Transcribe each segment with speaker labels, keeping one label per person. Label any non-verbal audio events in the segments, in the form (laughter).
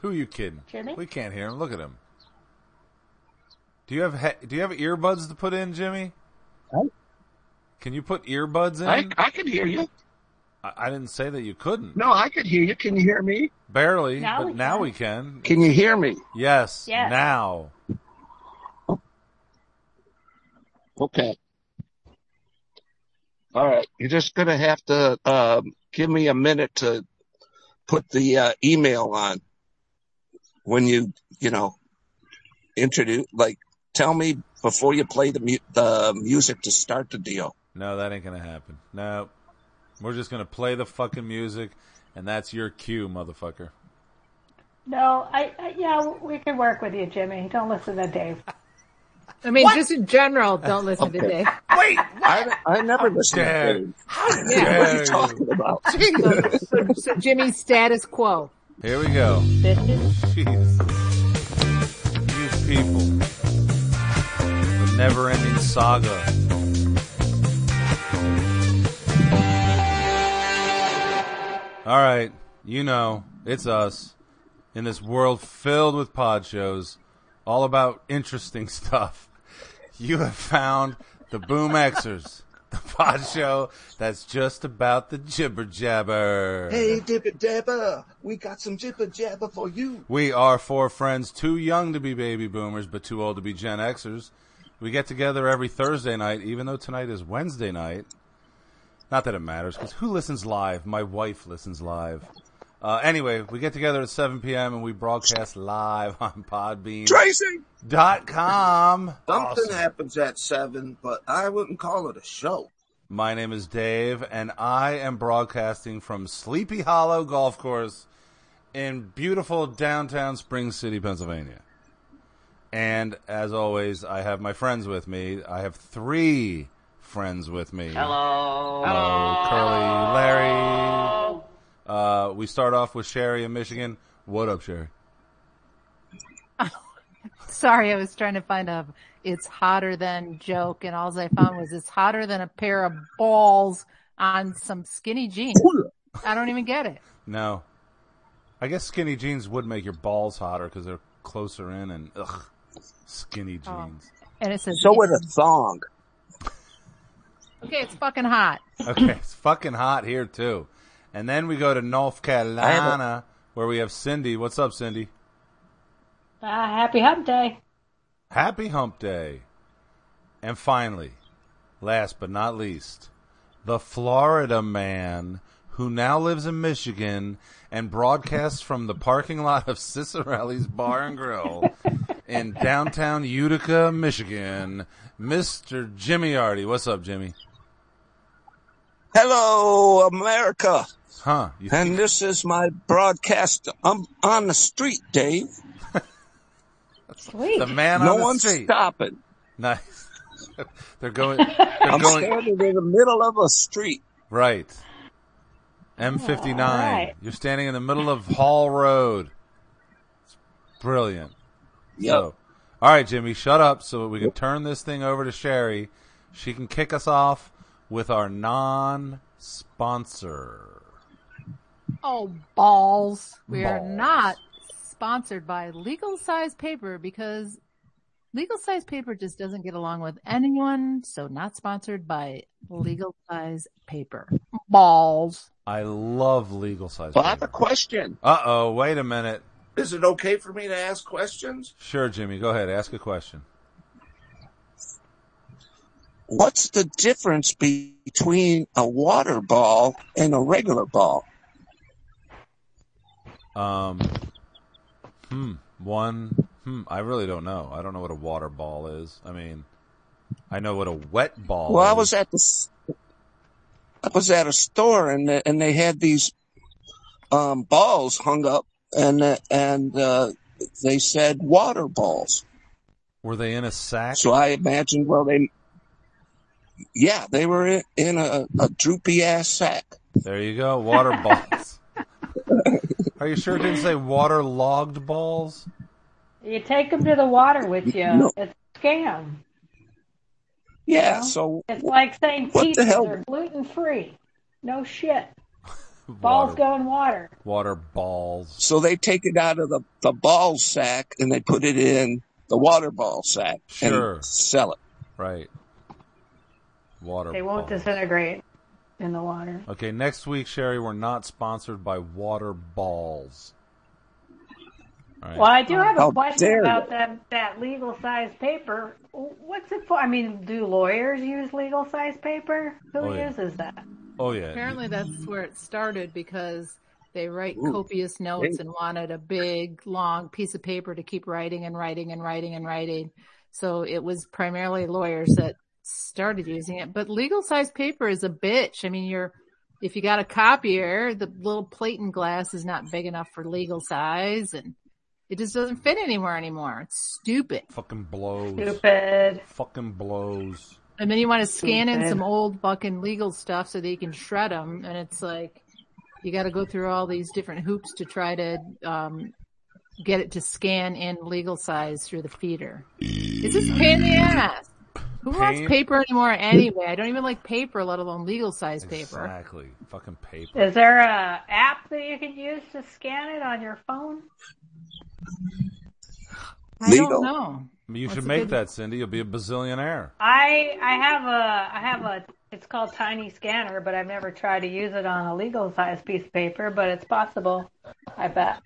Speaker 1: Who are you kidding?
Speaker 2: Jimmy?
Speaker 1: We can't hear him. Look at him. Do you have he- do you have earbuds to put in, Jimmy?
Speaker 3: Huh?
Speaker 1: Can you put earbuds in?
Speaker 3: I, I can hear you.
Speaker 1: I, I didn't say that you couldn't.
Speaker 3: No, I could hear you. Can you hear me?
Speaker 1: Barely,
Speaker 2: Now
Speaker 1: but
Speaker 2: we
Speaker 1: now
Speaker 2: can.
Speaker 1: we can.
Speaker 3: Can you hear me?
Speaker 1: Yes,
Speaker 2: Yes.
Speaker 1: now.
Speaker 3: Okay. All right. You're just going to have to um, give me a minute to put the uh, email on when you, you know, introduce, like, tell me before you play the, mu- the music to start the deal.
Speaker 1: No, that ain't gonna happen. No, we're just gonna play the fucking music, and that's your cue, motherfucker.
Speaker 2: No, I, I yeah, we can work with you, Jimmy. Don't listen to Dave.
Speaker 4: I mean, just in general, don't listen to
Speaker 3: Okay.
Speaker 4: Dave.
Speaker 1: Wait,
Speaker 3: I, I never listen
Speaker 1: dare-
Speaker 3: to Dave.
Speaker 4: Yeah.
Speaker 3: What are you talking about?
Speaker 4: So, so Jimmy's status quo.
Speaker 1: Here we go.
Speaker 2: Bitches.
Speaker 1: Jeez. You people. The never ending saga. Alright, you know, it's us. In this world filled with pod shows, all about interesting (laughs) stuff, you have found the Boom Xers, the pod show that's just about the jibber jabber.
Speaker 3: Hey, Dibba Dabba, we got some Jibba Jabba for you.
Speaker 1: We are four friends too young to be baby boomers, but too old to be Gen Xers. We get together every Thursday night, even though tonight is Wednesday night. Not that it matters, because who listens live? My wife listens live. Uh, anyway, we get together at 7 p.m. and we broadcast live on
Speaker 3: Tracy!
Speaker 1: Podbean.com.
Speaker 3: Something
Speaker 1: Awesome.
Speaker 3: happens at seven, but I wouldn't call it a show.
Speaker 1: My name is Dave, and I am broadcasting from Sleepy Hollow Golf Course in beautiful downtown Spring City, Pennsylvania. And as always, I have my friends with me. I have three friends with me.
Speaker 5: Hello.
Speaker 1: Hello, Curly, Larry. Uh, we start off with Sherry in Michigan. What up, Sherry?
Speaker 4: Sorry, I was trying to find a it's hotter than joke and all I found was it's hotter than a pair of balls on some skinny jeans. I don't even get it.
Speaker 1: No. I guess skinny jeans would make your balls hotter because they're closer in and ugh, skinny jeans.
Speaker 4: Oh. And it says,
Speaker 3: So with a thong.
Speaker 4: okay, it's fucking hot.
Speaker 1: Okay, (laughs) it's fucking hot here too. And then we go to North Carolina where we have Cindy. What's up, Cindy?
Speaker 2: (laughs) Ah, happy hump day.
Speaker 1: Happy hump day. And finally, last but not least, the Florida man who now lives in Michigan and broadcasts from the parking lot of Cicerelli's Bar and Grill in downtown Utica, Michigan, Mr. Jimmy Artie. What's up, Jimmy?
Speaker 3: Hello, America.
Speaker 1: Huh? You
Speaker 3: And this is my broadcast um, on the street, Dave.
Speaker 2: Sweet.
Speaker 1: the man
Speaker 3: no
Speaker 1: on the
Speaker 3: one's
Speaker 1: street.
Speaker 3: stopping.
Speaker 1: Nice. (laughs) they're going. They're
Speaker 3: I'm
Speaker 1: going Oh.
Speaker 3: standing in the middle of a street.
Speaker 1: right. M59.
Speaker 2: Alright.
Speaker 1: You're standing in the middle of Hall Road. It's brilliant.
Speaker 3: Yep.
Speaker 1: So, all right, Jimmy, shut up so we can turn this thing over to Sherry. She can kick us off with our non-sponsor.
Speaker 4: Oh, balls. We are
Speaker 1: Balls.
Speaker 4: not sponsored by legal size paper because legal size paper just doesn't get along with anyone. So not sponsored by legal size paper. Balls.
Speaker 1: I love legal size.
Speaker 3: Well, I have a question.
Speaker 1: Uh oh, wait a minute.
Speaker 3: Is it okay for me to ask questions?
Speaker 1: Sure, Jimmy, go ahead. Ask a question.
Speaker 3: What's the difference between a water ball and a regular ball?
Speaker 1: Um, hmm. One. Hmm. I really don't know. I don't know what a water ball is. I mean, I know what a wet ball.
Speaker 3: Well, I
Speaker 1: is.
Speaker 3: was at the, s- I was at a store and the- and they had these um, balls hung up and uh, and uh, they said water balls.
Speaker 1: Were they in a sack?
Speaker 3: So I imagined, well, they, yeah, they were in, in a, a droopy ass sack.
Speaker 1: There you go. Water balls. Are you sure it didn't say water logged balls?
Speaker 2: You take them to the water with you.
Speaker 3: No.
Speaker 2: It's a scam.
Speaker 3: Yeah. So
Speaker 2: It's like saying
Speaker 3: What the
Speaker 2: pizzas
Speaker 3: hell?
Speaker 2: are gluten free. No shit. Balls
Speaker 1: water,
Speaker 2: go in water.
Speaker 1: water balls.
Speaker 3: So they take it out of the, the ball sack and they put it in the water ball sack
Speaker 1: Sure.
Speaker 3: and sell it.
Speaker 1: Right. Water.
Speaker 2: They won't
Speaker 1: balls.
Speaker 2: disintegrate in the water.
Speaker 1: Okay, next week, Sherry, we're not sponsored by water balls. All right.
Speaker 2: Well, I do have a
Speaker 3: How dare
Speaker 2: question
Speaker 3: you.
Speaker 2: about that, that legal size paper. What's it for? I mean, do lawyers use legal size paper? Who
Speaker 1: Oh, yeah.
Speaker 2: uses that?
Speaker 1: Oh yeah.
Speaker 4: Apparently, that's where it started because they write
Speaker 3: Ooh.
Speaker 4: copious notes and wanted a big, long piece of paper to keep writing and writing and writing and writing. So it was primarily lawyers that started using it. But legal size paper is a bitch. I mean, you're, if you got a copier, the little plate and glass is not big enough for legal size and it just doesn't fit anywhere anymore. It's stupid.
Speaker 1: Fucking blows.
Speaker 2: Stupid.
Speaker 1: Fucking blows.
Speaker 4: And then you want to scan in
Speaker 2: Stupid.
Speaker 4: some old fucking legal stuff so that you can shred them. And it's like, you got to go through all these different hoops to try to, um, get it to scan in legal size through the feeder. It's just a pain in the ass. Who wants
Speaker 1: Pain-
Speaker 4: paper anymore anyway? I don't even like paper, let alone legal size paper.
Speaker 1: Exactly. Fucking paper.
Speaker 2: Is there a app that you can use to scan it on your phone?
Speaker 4: I
Speaker 3: Legal.
Speaker 4: don't know.
Speaker 1: I mean, you
Speaker 4: What's
Speaker 1: should
Speaker 4: a
Speaker 1: make
Speaker 4: good-
Speaker 1: that, Cindy. You'll be a bazillionaire.
Speaker 2: I I have a I have a it's called Tiny Scanner, but I've never tried to use it on a legal size piece of paper, but it's possible. I bet.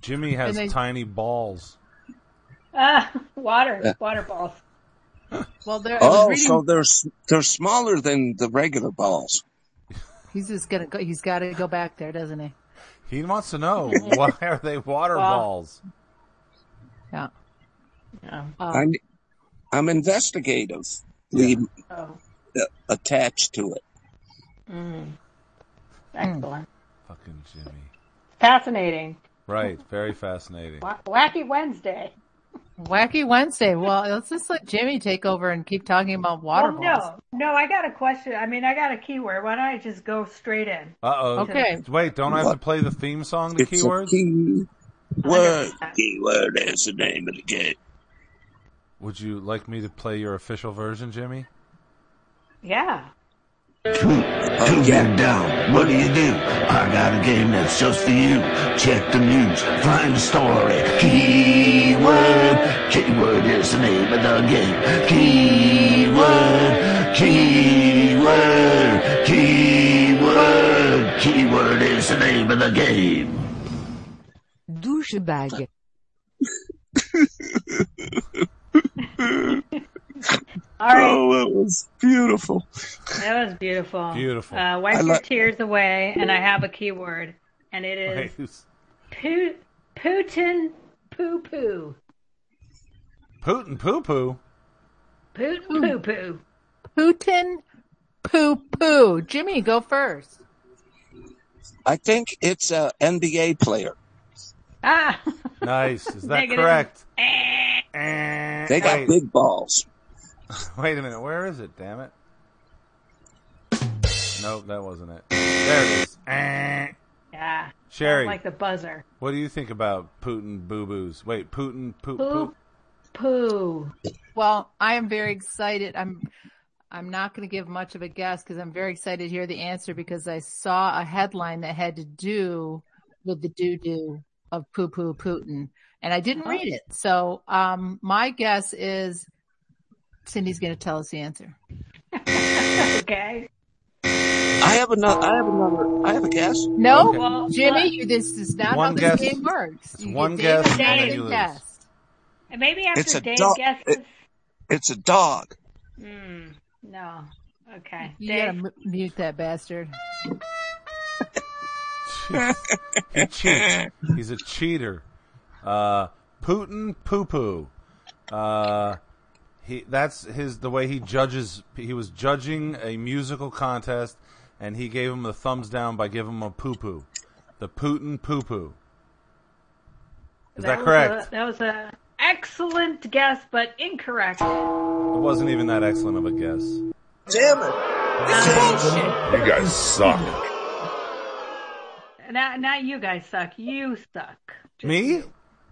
Speaker 1: Jimmy has
Speaker 4: And they-
Speaker 1: tiny balls.
Speaker 2: Ah, (laughs) water, water balls.
Speaker 4: Well, there, I was
Speaker 3: Oh,
Speaker 4: reading,
Speaker 3: so they're, s- they're smaller than the regular balls.
Speaker 4: he's just gonna go, he's gotta go back there, doesn't he?
Speaker 1: He wants to
Speaker 4: (laughs)
Speaker 1: know why are they water
Speaker 2: Well-
Speaker 1: balls?
Speaker 4: Yeah.
Speaker 2: Yeah.
Speaker 4: Um,
Speaker 3: I'm, I'm investigatively
Speaker 2: Oh,
Speaker 3: attached to it.
Speaker 2: excellent.
Speaker 1: Fucking Jimmy.
Speaker 2: Fascinating.
Speaker 1: Right. Very fascinating.
Speaker 2: Wa- Wacky Wednesday.
Speaker 4: wacky Wednesday. Well, let's just let Jimmy take over and keep talking about water
Speaker 2: well,
Speaker 4: balls.
Speaker 2: Oh, no, no. I got a question. I mean, I got a keyword. Why don't I just go straight in?
Speaker 1: Uh oh.
Speaker 4: Okay.
Speaker 1: Wait, don't I have to
Speaker 3: What?
Speaker 1: play the theme song, the
Speaker 3: it's
Speaker 1: keyword?
Speaker 3: a key word.
Speaker 2: understand.
Speaker 3: Keyword is the name of the game.
Speaker 1: Would you like me to play your official version, Jimmy?
Speaker 2: Yeah.
Speaker 5: To get down, what do you do? I got a game that's just for you. Check the news, find a story. Keyword, keyword is the name of the game. Keyword, keyword, keyword, keyword is the name of the game.
Speaker 6: douchebag,
Speaker 2: All right.
Speaker 3: Oh, it was beautiful.
Speaker 2: That was beautiful.
Speaker 1: Beautiful.
Speaker 2: Uh, wipe
Speaker 3: I
Speaker 2: your
Speaker 3: like-
Speaker 2: tears away, and I have a keyword, and it is Pu- Putin poo poo.
Speaker 1: Putin poo poo.
Speaker 2: Putin poo poo.
Speaker 4: Putin poo poo. Jimmy, go first.
Speaker 3: I think it's a NBA player.
Speaker 2: Ah,
Speaker 1: Nice. Is that
Speaker 2: Negative.
Speaker 1: correct?
Speaker 2: Eh.
Speaker 1: Eh,
Speaker 3: They got
Speaker 1: wait,
Speaker 3: big balls.
Speaker 1: wait a minute. Where is it? Damn it. Nope, that wasn't it. There it is. Eh.
Speaker 2: yeah.
Speaker 1: Sherry,
Speaker 2: Like the buzzer.
Speaker 1: what do you think about Putin boo boos? Wait, Putin poo
Speaker 2: Poo
Speaker 1: poo.
Speaker 2: poo.
Speaker 4: Well, I am very excited. I'm I'm not going to give much of a guess because I'm very excited to hear the answer because I saw a headline that had to do with the doo doo of poo poo Putin, and I didn't read it. So um, my guess is Cindy's going to tell us the answer.
Speaker 2: Okay.
Speaker 3: I have another. I have another. I have a guess.
Speaker 4: No,
Speaker 1: Okay.
Speaker 2: Well,
Speaker 4: Jimmy, you, this is not
Speaker 1: One
Speaker 4: how this
Speaker 1: guess.
Speaker 4: game works. You
Speaker 1: one
Speaker 4: get
Speaker 1: guess
Speaker 4: David
Speaker 2: and
Speaker 4: David
Speaker 1: you lose.
Speaker 4: guessed.
Speaker 2: And maybe
Speaker 3: It's
Speaker 2: after
Speaker 3: a
Speaker 2: Dave
Speaker 3: dog-
Speaker 2: guesses.
Speaker 3: It's a dog.
Speaker 2: Mm, no. Okay.
Speaker 4: You
Speaker 2: Dave.
Speaker 4: gotta mu- mute that bastard.
Speaker 1: he cheats. He's a cheater. Uh, Putin poo poo. Uh, he that's his the way he judges. He was judging a musical contest, and he gave him the thumbs down by giving him a poo poo. The Putin poo poo. Is that,
Speaker 2: was
Speaker 1: correct?
Speaker 2: a- that was a excellent guess, but incorrect.
Speaker 1: It wasn't even that excellent of a guess.
Speaker 3: Damn it!
Speaker 7: You guys suck.
Speaker 2: Not, not you guys suck. You suck.
Speaker 1: Me?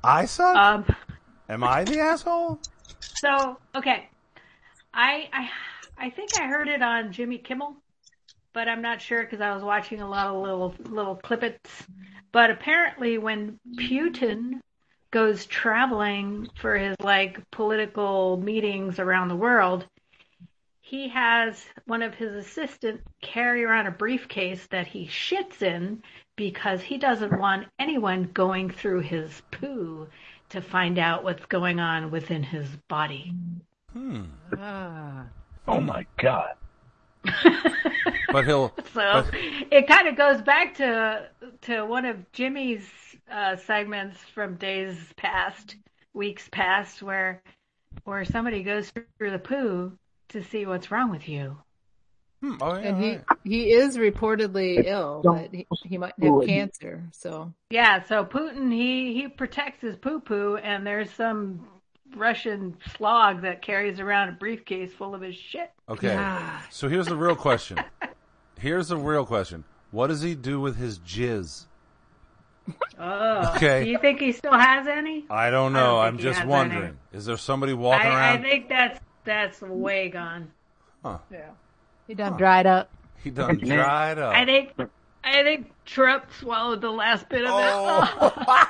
Speaker 1: I suck.
Speaker 2: Um.
Speaker 1: Am I the asshole?
Speaker 2: So okay, I I I think I heard it on Jimmy Kimmel, but I'm not sure because I was watching a lot of little little clippets. But apparently, when Putin goes traveling for his like political meetings around the world, he has one of his assistant carry around a briefcase that he shits in because he doesn't want anyone going through his poo to find out what's going on within his body.
Speaker 1: Hmm.
Speaker 4: Ah.
Speaker 6: Oh my god.
Speaker 1: But he'll.
Speaker 2: So
Speaker 1: but-
Speaker 2: it kind of goes back to to one of Jimmy's uh, segments from days past, weeks past, where where somebody goes through the poo to see what's wrong with you.
Speaker 1: hmm, oh, yeah,
Speaker 4: And he,
Speaker 1: right.
Speaker 4: he is reportedly ill, but he, he might have cancer. So
Speaker 2: Yeah, so Putin he he protects his poo poo, and there's some Russian slog that carries around a briefcase full of his shit.
Speaker 1: Okay. So here's the real question. Here's the real question. What does he do with his jizz?
Speaker 2: Oh,
Speaker 1: Okay.
Speaker 2: do you think he still has any?
Speaker 1: I don't
Speaker 2: I don't
Speaker 1: know.
Speaker 2: think
Speaker 1: I'm
Speaker 2: he
Speaker 1: just
Speaker 2: has
Speaker 1: wondering.
Speaker 2: any.
Speaker 1: Is there somebody walking
Speaker 2: I, I
Speaker 1: around?
Speaker 2: think that's that's way gone.
Speaker 1: Huh.
Speaker 4: he done dried up.
Speaker 1: He done dried up.
Speaker 2: I think I think Trump swallowed the last bit of (laughs) it.
Speaker 1: Oh.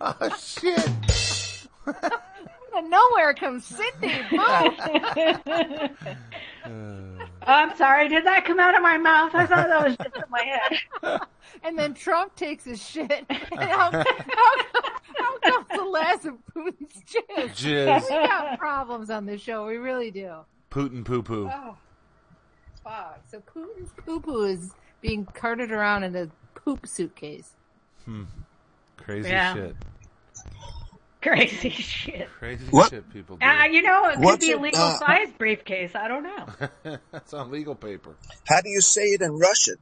Speaker 1: oh shit!
Speaker 4: Out of nowhere comes Cindy. Boom.
Speaker 1: Uh.
Speaker 2: Oh, I'm sorry. Did that come out of my mouth? I thought that was just in my head.
Speaker 4: (laughs) and then Trump takes his shit. And (laughs) how, how, come- how comes the last of Putin's jizz? We
Speaker 1: Jizz.
Speaker 4: got problems on this show. We really do.
Speaker 1: Putin poo poo.
Speaker 4: (laughs) Oh, fuck. So Putin's poo poo is being carted around in a poop suitcase.
Speaker 1: Crazy
Speaker 2: Yeah.
Speaker 1: shit.
Speaker 2: Crazy shit.
Speaker 1: Crazy
Speaker 3: What?
Speaker 1: shit people do.
Speaker 2: Uh, you know, it could
Speaker 3: What's
Speaker 2: be a
Speaker 3: it,
Speaker 2: legal
Speaker 3: uh,
Speaker 2: size briefcase. I don't know.
Speaker 1: (laughs) That's on legal paper.
Speaker 3: How do you say it in Russian?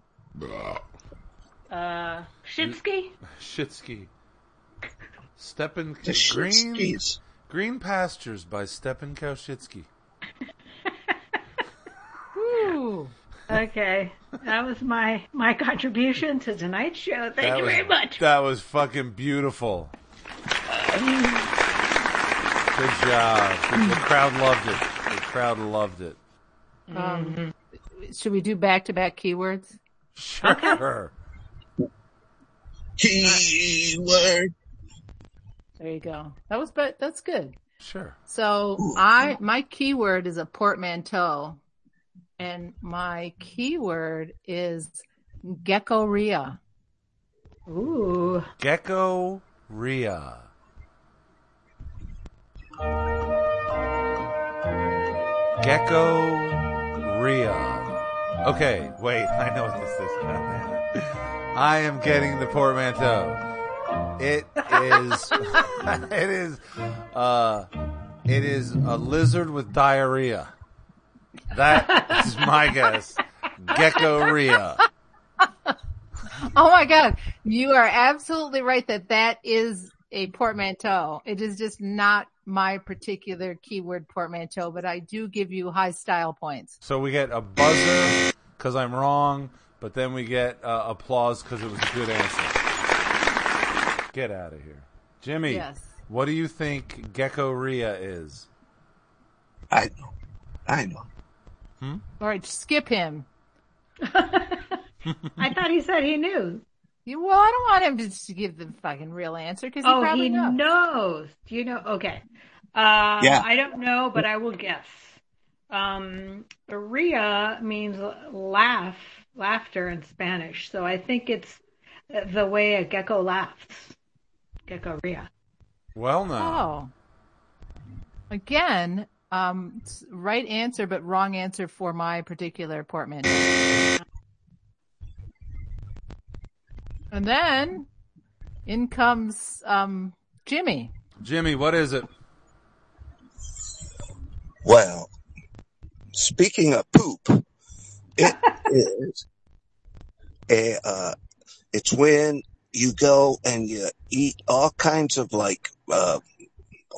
Speaker 2: Uh, Shitsky?
Speaker 1: Shitsky. Stepan
Speaker 3: The
Speaker 1: green
Speaker 3: Shitskis.
Speaker 1: green pastures by Stepan Kaushitsky.
Speaker 4: Ooh.
Speaker 2: Okay. That was my, my contribution to tonight's show. Thank
Speaker 1: That
Speaker 2: you
Speaker 1: was-
Speaker 2: very much.
Speaker 1: That was fucking beautiful. Good job. The, the crowd loved it. The crowd loved it.
Speaker 4: Um, should we do back to back keywords?
Speaker 1: Sure.
Speaker 3: Keyword.
Speaker 4: There you go. That was, but that's good.
Speaker 1: Sure.
Speaker 4: So I, my keyword is a portmanteau and my keyword is gecko Ria.
Speaker 2: Ooh. (laughs)
Speaker 1: Gecko Ria. Gecko Ria. Okay, wait, (laughs) I know what this is. (laughs) I am getting the portmanteau. It is (laughs) it is uh it is a lizard with diarrhea. That is my guess. Gecko Ria.
Speaker 4: Oh my God. You are absolutely right that that is a portmanteau. It is just not my particular keyword portmanteau, but I do give you high style points.
Speaker 1: So we get a buzzer because I'm wrong, but then we get uh, applause because it was a good answer. Get out of here. Jimmy,
Speaker 4: Yes.
Speaker 1: what do you think Gecko Ria is?
Speaker 3: I know. I know.
Speaker 4: All right. Skip him.
Speaker 2: I thought he said he knew.
Speaker 4: You, well, I don't want him to just give the fucking real answer because he
Speaker 2: oh,
Speaker 4: probably
Speaker 2: he
Speaker 4: knows.
Speaker 2: knows. Do you know? Okay. Um,
Speaker 3: Yeah.
Speaker 2: I don't know, but I will guess. Um, Ria means laugh, laughter in Spanish. So I think it's the way a gecko laughs. Gecko Ria.
Speaker 1: Well, now.
Speaker 4: Oh. Again, um, s- right answer, but wrong answer for my particular portmanteau. And then in comes, um, Jimmy.
Speaker 1: Jimmy, what is it?
Speaker 3: Well, speaking of poop, it is a, uh, it's when you go and you eat all kinds of like, uh,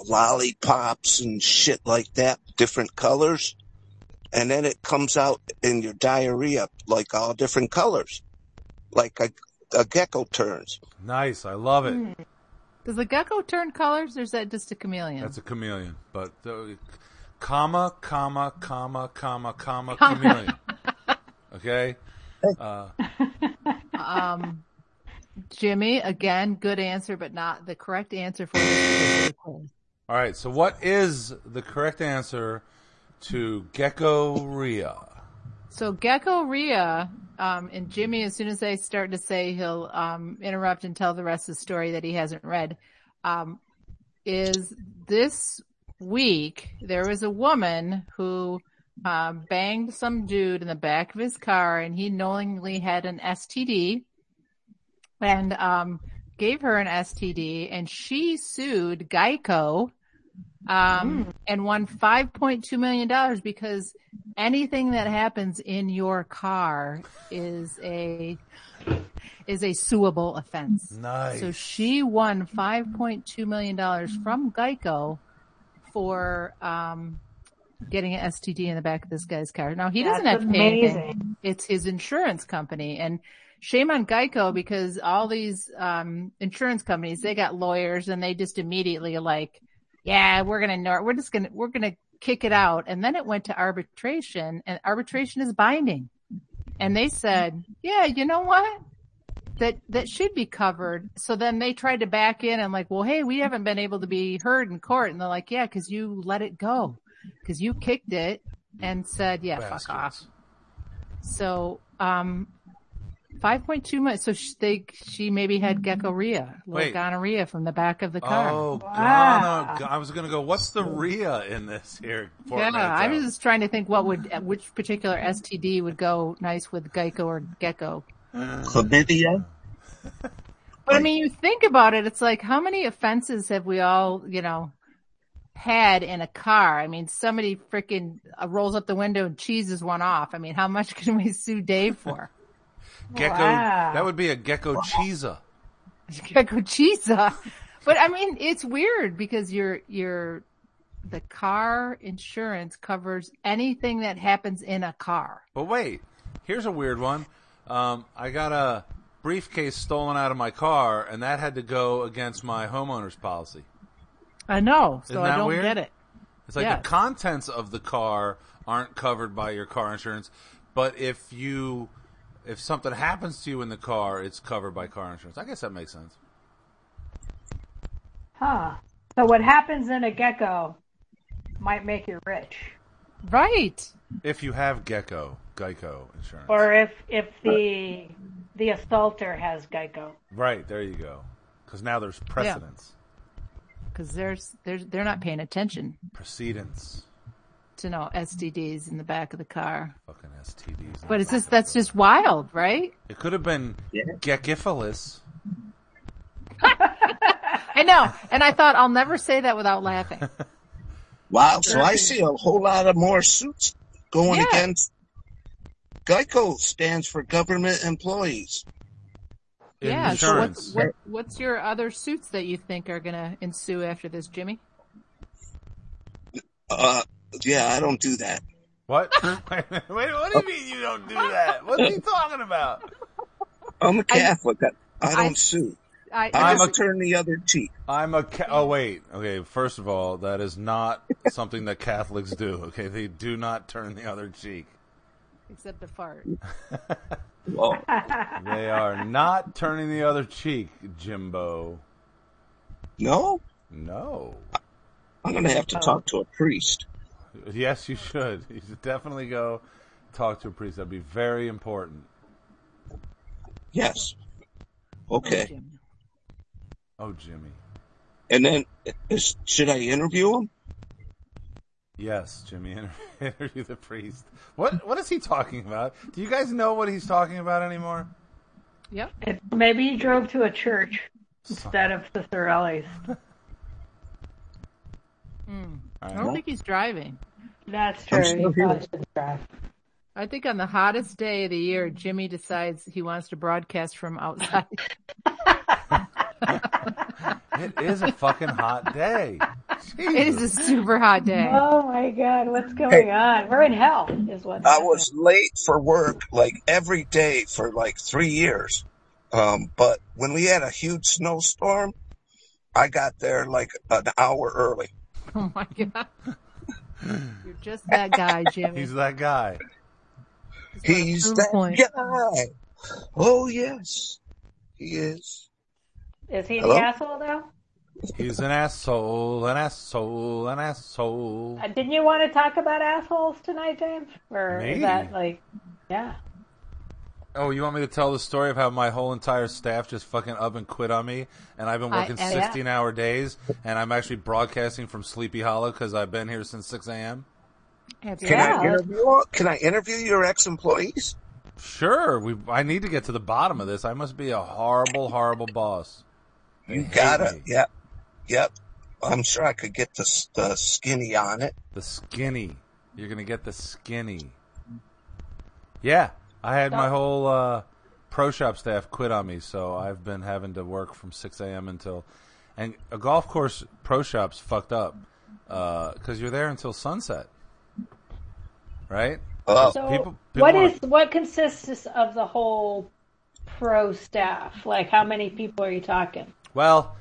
Speaker 3: lollipops and shit like that, different colors. And then it comes out in your diarrhea, like all different colors, like a, a gecko turns.
Speaker 1: Nice. I love it.
Speaker 4: Mm. Does the gecko turn colors or is that just a chameleon?
Speaker 1: That's a chameleon. But uh, comma, comma, comma, comma, comma, chameleon. Okay?
Speaker 4: (laughs) Um, Jimmy, again, good answer, but not the correct answer for this particular quiz.
Speaker 1: All right, so what is the correct answer to Gecko Rhea?
Speaker 4: So Gecko Rhea, um, and Jimmy, as soon as I start to say, he'll um, interrupt and tell the rest of the story that he hasn't read. Um, is this week there was a woman who um, banged some dude in the back of his car, and he knowingly had an STD, and um, gave her an STD, and she sued Geico. Um, and won $5.2 million because anything that happens in your car is a is a suable offense.
Speaker 1: Nice.
Speaker 4: So she won $5.2 million from Geico for um, getting an STD in the back of this guy's car. Now he doesn't
Speaker 2: That's
Speaker 4: have to pay anything.
Speaker 2: amazing.
Speaker 4: It's his insurance company and shame on Geico because all these um, insurance companies, they got lawyers and they just immediately like, yeah, we're going to know, we're just going to, we're going to kick it out. And then it went to arbitration and arbitration is binding. And they said, yeah, you know what? that that should be covered. So then they tried to back in and like, well, hey, we haven't been able to be heard in court, and they're like, yeah, because you let it go, because you kicked it and said, yeah,
Speaker 1: Baskets.
Speaker 4: fuck off. So, um, five point two months. So she, they she maybe had geckoria, little
Speaker 1: Wait.
Speaker 4: gonorrhea from the back of the car.
Speaker 1: Oh,
Speaker 2: Wow.
Speaker 1: Ghana. I was going to go, what's the Rhea in this here?
Speaker 4: yeah,
Speaker 1: Fortnite
Speaker 4: I was
Speaker 1: town?
Speaker 4: just trying to think what would which particular STD would go nice with Geico or Gecko.
Speaker 3: Chlamydia?
Speaker 4: But I mean, you think about it, it's like how many offenses have we all, you know, had in a car? I mean, somebody freaking uh, rolls up the window and cheeses one off. I mean, how much (laughs) can we sue Dave for?
Speaker 1: Gecko.
Speaker 2: Wow.
Speaker 1: That would be a Gecko Cheesa.
Speaker 4: Gecko cheesa. But I mean, it's weird because your your the car insurance covers anything that happens in a car.
Speaker 1: But wait, here's a weird one. Um, I got a briefcase stolen out of my car, and that had to go against my homeowner's policy.
Speaker 4: I know, so
Speaker 1: Isn't
Speaker 4: I
Speaker 1: that
Speaker 4: don't
Speaker 1: weird?
Speaker 4: get it.
Speaker 1: It's like
Speaker 4: Yeah.
Speaker 1: the contents of the car aren't covered by your car insurance, but if you if something happens to you in the car, it's covered by car insurance. I guess that makes sense.
Speaker 2: Huh. So what happens in a gecko might make you rich.
Speaker 4: Right.
Speaker 1: If you have Gecko Geico insurance,
Speaker 2: Or if if the the assaulter has gecko.
Speaker 1: right there you go. Because now there's precedence,
Speaker 4: Cause there's, there's, they're not paying attention
Speaker 1: precedence,
Speaker 4: to no STDs in the back of the car.
Speaker 1: fucking STDs.
Speaker 4: But it's just that's just wild, right?
Speaker 1: it could have been Geckophilus.
Speaker 4: I know. And I thought I'll never say that without laughing.
Speaker 3: Wow. So I see a whole lot of more suits going
Speaker 4: Yeah.
Speaker 3: against Geico stands for government employees.
Speaker 1: (laughs) in
Speaker 4: yeah. So
Speaker 1: insurance.
Speaker 4: what's what, what's your other suits that you think are gonna ensue after this, Jimmy?
Speaker 3: Uh, yeah, I don't do that.
Speaker 4: (laughs)
Speaker 1: What? (laughs) Wait, what do you mean you don't do that? What are you talking about?
Speaker 3: I'm a Catholic. I, I don't
Speaker 4: I-
Speaker 3: sue.
Speaker 4: I,
Speaker 3: I
Speaker 1: I'm
Speaker 3: just
Speaker 1: a-
Speaker 3: turn the other cheek.
Speaker 1: I'm a. Ca- oh wait. Okay. First of all, that is not something that Catholics do. Okay, they do not turn the other cheek.
Speaker 4: except the fart.
Speaker 3: Well,
Speaker 1: They are not turning the other cheek, Jimbo.
Speaker 3: no,
Speaker 1: No.
Speaker 3: I'm going to have to talk to a priest.
Speaker 1: Yes, you should. You should definitely go talk to a priest. That'd be very important.
Speaker 3: Yes. Okay.
Speaker 4: Jim.
Speaker 1: Oh, Jimmy.
Speaker 3: And then is, should I interview him?
Speaker 1: Yes, Jimmy. (laughs) inter- Interview the priest. What? What is he talking about? Do you guys know what he's talking about anymore?
Speaker 4: Yep.
Speaker 2: If maybe you drove to a church instead of Cicerelli's.
Speaker 1: All
Speaker 4: I
Speaker 1: right.
Speaker 4: don't think he's driving.
Speaker 2: That's
Speaker 3: I'm
Speaker 2: true.
Speaker 3: still
Speaker 2: You
Speaker 3: here.
Speaker 2: probably should drive.
Speaker 4: I think on the hottest day of the year, Jimmy decides he wants to broadcast
Speaker 3: (laughs)
Speaker 4: from outside.
Speaker 1: It is a fucking hot day.
Speaker 4: (laughs) it is a super hot day. (laughs)
Speaker 2: Oh my god, what's going on? We're in hell is what
Speaker 3: I was late for work like every day for like three years. Um, but when we had a huge snowstorm, I got there like an hour early.
Speaker 4: Oh my god. You're just that guy, Jimmy.
Speaker 1: He's that guy.
Speaker 3: He's
Speaker 4: Good
Speaker 3: that
Speaker 4: point.
Speaker 3: guy. Oh yes, he is.
Speaker 2: Is he
Speaker 3: Hello?
Speaker 2: the asshole though?
Speaker 1: He's an asshole, an asshole, an asshole.
Speaker 2: Uh, didn't you want to talk about assholes tonight, James? Or
Speaker 1: Me?
Speaker 2: is that like, yeah?
Speaker 1: Oh, you want me to tell the story of how my whole entire staff just fucking up and quit on me, and I've been
Speaker 4: I-
Speaker 1: working
Speaker 4: yeah.
Speaker 1: sixteen hour days, and I'm actually broadcasting from Sleepy Hollow because I've been here since six a.m.
Speaker 3: Can
Speaker 4: Absolutely.
Speaker 2: Yeah.
Speaker 3: I interview? Can I interview your ex-employees?
Speaker 1: Sure, we. I need to get to the bottom of this. I must be a horrible, horrible boss.
Speaker 3: You
Speaker 1: hate
Speaker 3: gotta.
Speaker 1: me.
Speaker 3: Yep. Yep. I'm sure I could get the, s- the skinny on it.
Speaker 1: The skinny. You're gonna get the skinny. Yeah, I had my
Speaker 2: Don't-
Speaker 1: whole uh, pro shop staff quit on me, so I've been having to work from 6 a.m. until, and a golf course pro shop's fucked up because you're there until sunset, right?
Speaker 3: Oh,
Speaker 2: So,
Speaker 1: people- people
Speaker 2: what
Speaker 1: are-
Speaker 2: is what consists of the whole pro staff? Like, how many people are you talking?
Speaker 1: Well,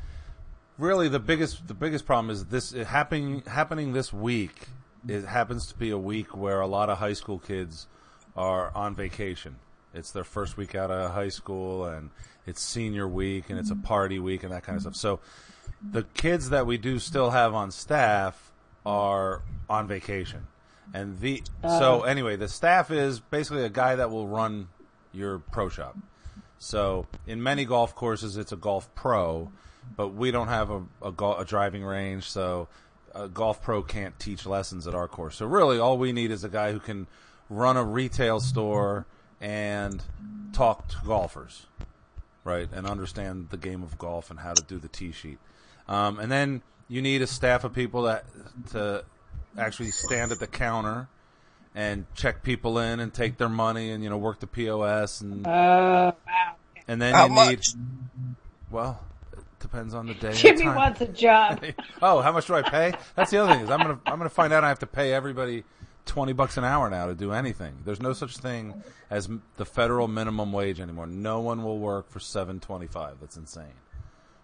Speaker 1: really, the biggest the biggest problem is this it happening happening this week. It happens to be a week where a lot of high school kids are on vacation. It's their first week out of high school, and it's senior week, and it's a party week, and that kind of stuff. So, the kids that we do still have on staff are on vacation, and the so anyway, the staff is basically a guy that will run your pro shop. So in many golf courses, it's a golf pro, but we don't have a, a, gol a driving range, so a golf pro can't teach lessons at our course. So really, all we need is a guy who can run a retail store and talk to golfers, right, and understand the game of golf and how to do the tee sheet. Um, and then you need a staff of people that to actually stand at the counter and check people in and take their money and you know work the POS and
Speaker 2: Oh, wow.
Speaker 1: and then
Speaker 3: how
Speaker 1: you need
Speaker 3: much?
Speaker 1: well, it depends on the day. and
Speaker 2: Jimmy
Speaker 1: time.
Speaker 2: wants a job.
Speaker 1: oh, how much do I pay? That's the other thing is I'm gonna I'm gonna find out I have to pay everybody twenty bucks an hour now to do anything. There's no such thing as m- the federal minimum wage anymore. No one will work for seven twenty five. That's insane.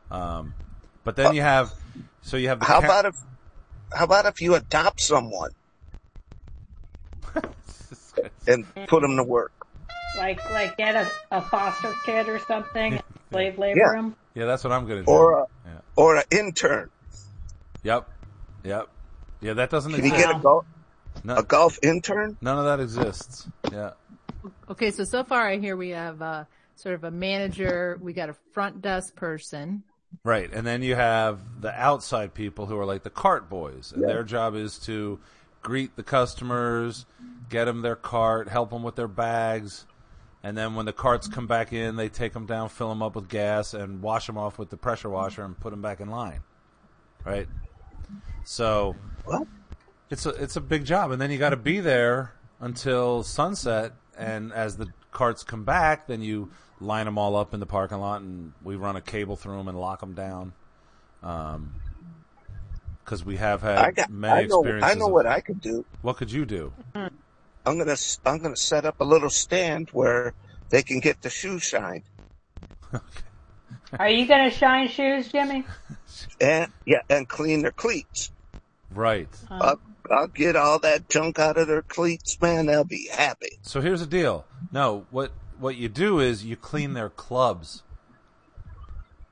Speaker 1: Um, but then you have so you have the
Speaker 3: How
Speaker 1: ca-
Speaker 3: about if? How about if you adopt someone and put them to work?
Speaker 2: Like, like get a, a foster kid or something, and slave labor
Speaker 3: Yeah.
Speaker 2: him.
Speaker 1: (laughs) yeah, that's what I'm gonna do.
Speaker 3: Or a,
Speaker 1: yeah.
Speaker 3: or an intern?
Speaker 1: Yep, yep, yeah. That doesn't
Speaker 3: Can you
Speaker 1: exist.
Speaker 3: get a golf
Speaker 1: No-
Speaker 3: a golf intern?
Speaker 1: none of that exists. Yeah.
Speaker 4: Okay, so so far I hear we have uh, sort of a manager, we got a front desk person.
Speaker 1: Right, and then you have the outside people who are like the cart boys, and their job is to greet the customers, get them their cart, help them with their bags, and then when the carts come back in, they take them down, fill them up with gas, and wash them off with the pressure washer and put them back in line. Right, so
Speaker 3: What?
Speaker 1: it's a it's a big job, and then you got to be there until sunset. And as the carts come back, then you line them all up in the parking lot, and we run a cable through them and lock them down. Um, because we have had
Speaker 3: I got.
Speaker 1: many
Speaker 3: I know.
Speaker 1: experiences.
Speaker 3: I know
Speaker 1: of-
Speaker 3: what I could do.
Speaker 1: What could you do?
Speaker 3: I'm gonna. s- I'm gonna set up a little stand where they can get the shoe shined.
Speaker 2: Are you going to shine shoes, Jimmy?
Speaker 3: and yeah, and clean their cleats.
Speaker 1: Right.
Speaker 3: I'll, I'll get all that junk out of their cleats, man. They'll be happy.
Speaker 1: So here's the deal. No, what what you do is you clean their clubs.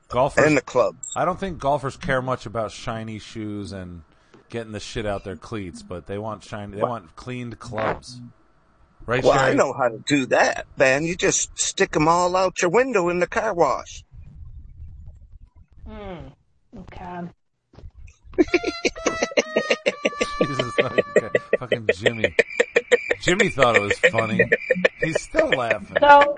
Speaker 1: Golfers
Speaker 3: And the clubs.
Speaker 1: I don't think golfers care much about shiny shoes and getting the shit out their cleats, but they want shiny. They want cleaned clubs, right?
Speaker 3: Well,
Speaker 1: Sherry?
Speaker 3: I know how to do that, man. You just stick them all out your window in the car wash.
Speaker 2: Okay.
Speaker 1: (laughs) Jesus, not even- fucking Jimmy. Jimmy thought it was funny. He's still laughing.
Speaker 2: So,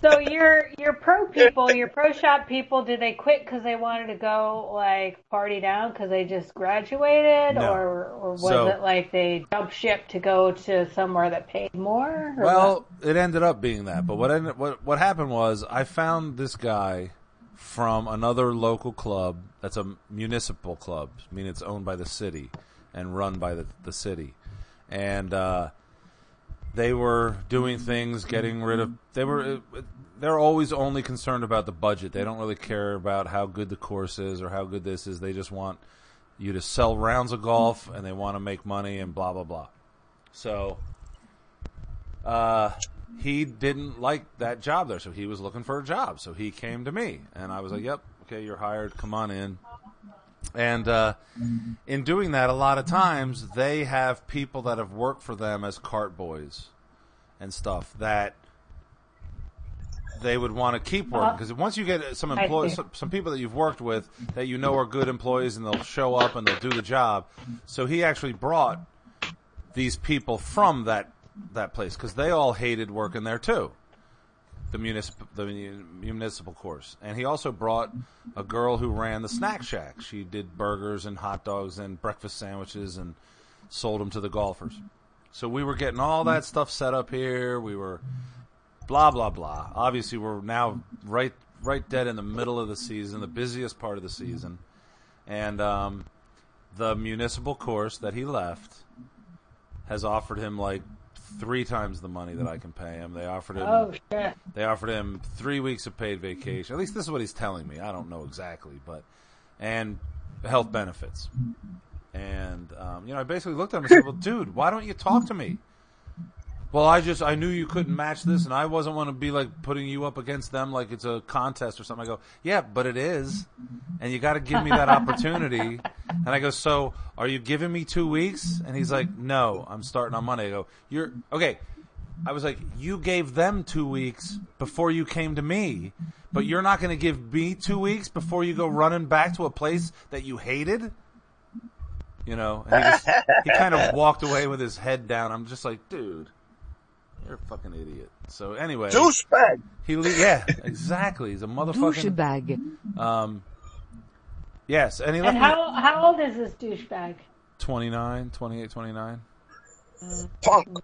Speaker 2: so your your pro people, your pro shop people, did they quit because they wanted to go like party down because they just graduated,
Speaker 1: No.
Speaker 2: or or was
Speaker 1: So-
Speaker 2: it like they jumped ship to go to somewhere that paid more? or what?
Speaker 1: Well, it ended up being that. But what ended, what what happened was I found this guy from another local club that's a municipal club, I mean it's owned by the city and run by the the city, and uh, they were doing things, getting rid of. They were uh, they're always only concerned about the budget. They don't really care about how good the course is or how good this is. They just want you to sell rounds of golf and they want to make money and blah blah blah. So uh, he didn't like that job there, so he was looking for a job. So he came to me and I was like, "Yep, okay, you're hired. Come on in." And uh, in doing that, a lot of times they have people that have worked for them as cart boys and stuff that they would want to keep working because once you get some employees, some, some people that you've worked with that you know are good employees and they'll show up and they'll do the job. So he actually brought these people from that that place because they all hated working there too. The municipal the mun- municipal course, and he also brought a girl who ran the snack shack. She did burgers and hot dogs and breakfast sandwiches and sold them to the golfers. So we were getting all that stuff set up here. We were blah blah blah. Obviously, we're now right right dead in the middle of the season, the busiest part of the season, and um, the municipal course that he left has offered him like three times the money that I can pay him. They offered him
Speaker 2: Oh shit.
Speaker 1: they offered him three weeks of paid vacation. At least this is what he's telling me. I don't know exactly, but and health benefits. And um, you know, I basically looked at him and said, "Well, dude, why don't you talk to me?" Well, I just I knew you couldn't match this, and I wasn't want to be like putting you up against them like it's a contest or something. I go, "Yeah, but it is, and you got to give me that opportunity." and I go, "So are you giving me two weeks?" And he's like, "No, I'm starting on Monday." I go, "You're okay." I was like, you gave them two weeks before you came to me, but you're not going to give me two weeks before you go running back to a place that you hated. You know, and he, just, he kind of walked away with his head down. I'm just like, dude, you're a fucking idiot. So anyway,
Speaker 3: Douchebag.
Speaker 1: he le- yeah, exactly. He's a motherfucking
Speaker 6: douchebag.
Speaker 1: um. Yes, and he left
Speaker 2: And
Speaker 1: me
Speaker 2: how how old is this douchebag?
Speaker 1: 29, 28, 29.
Speaker 3: Punk.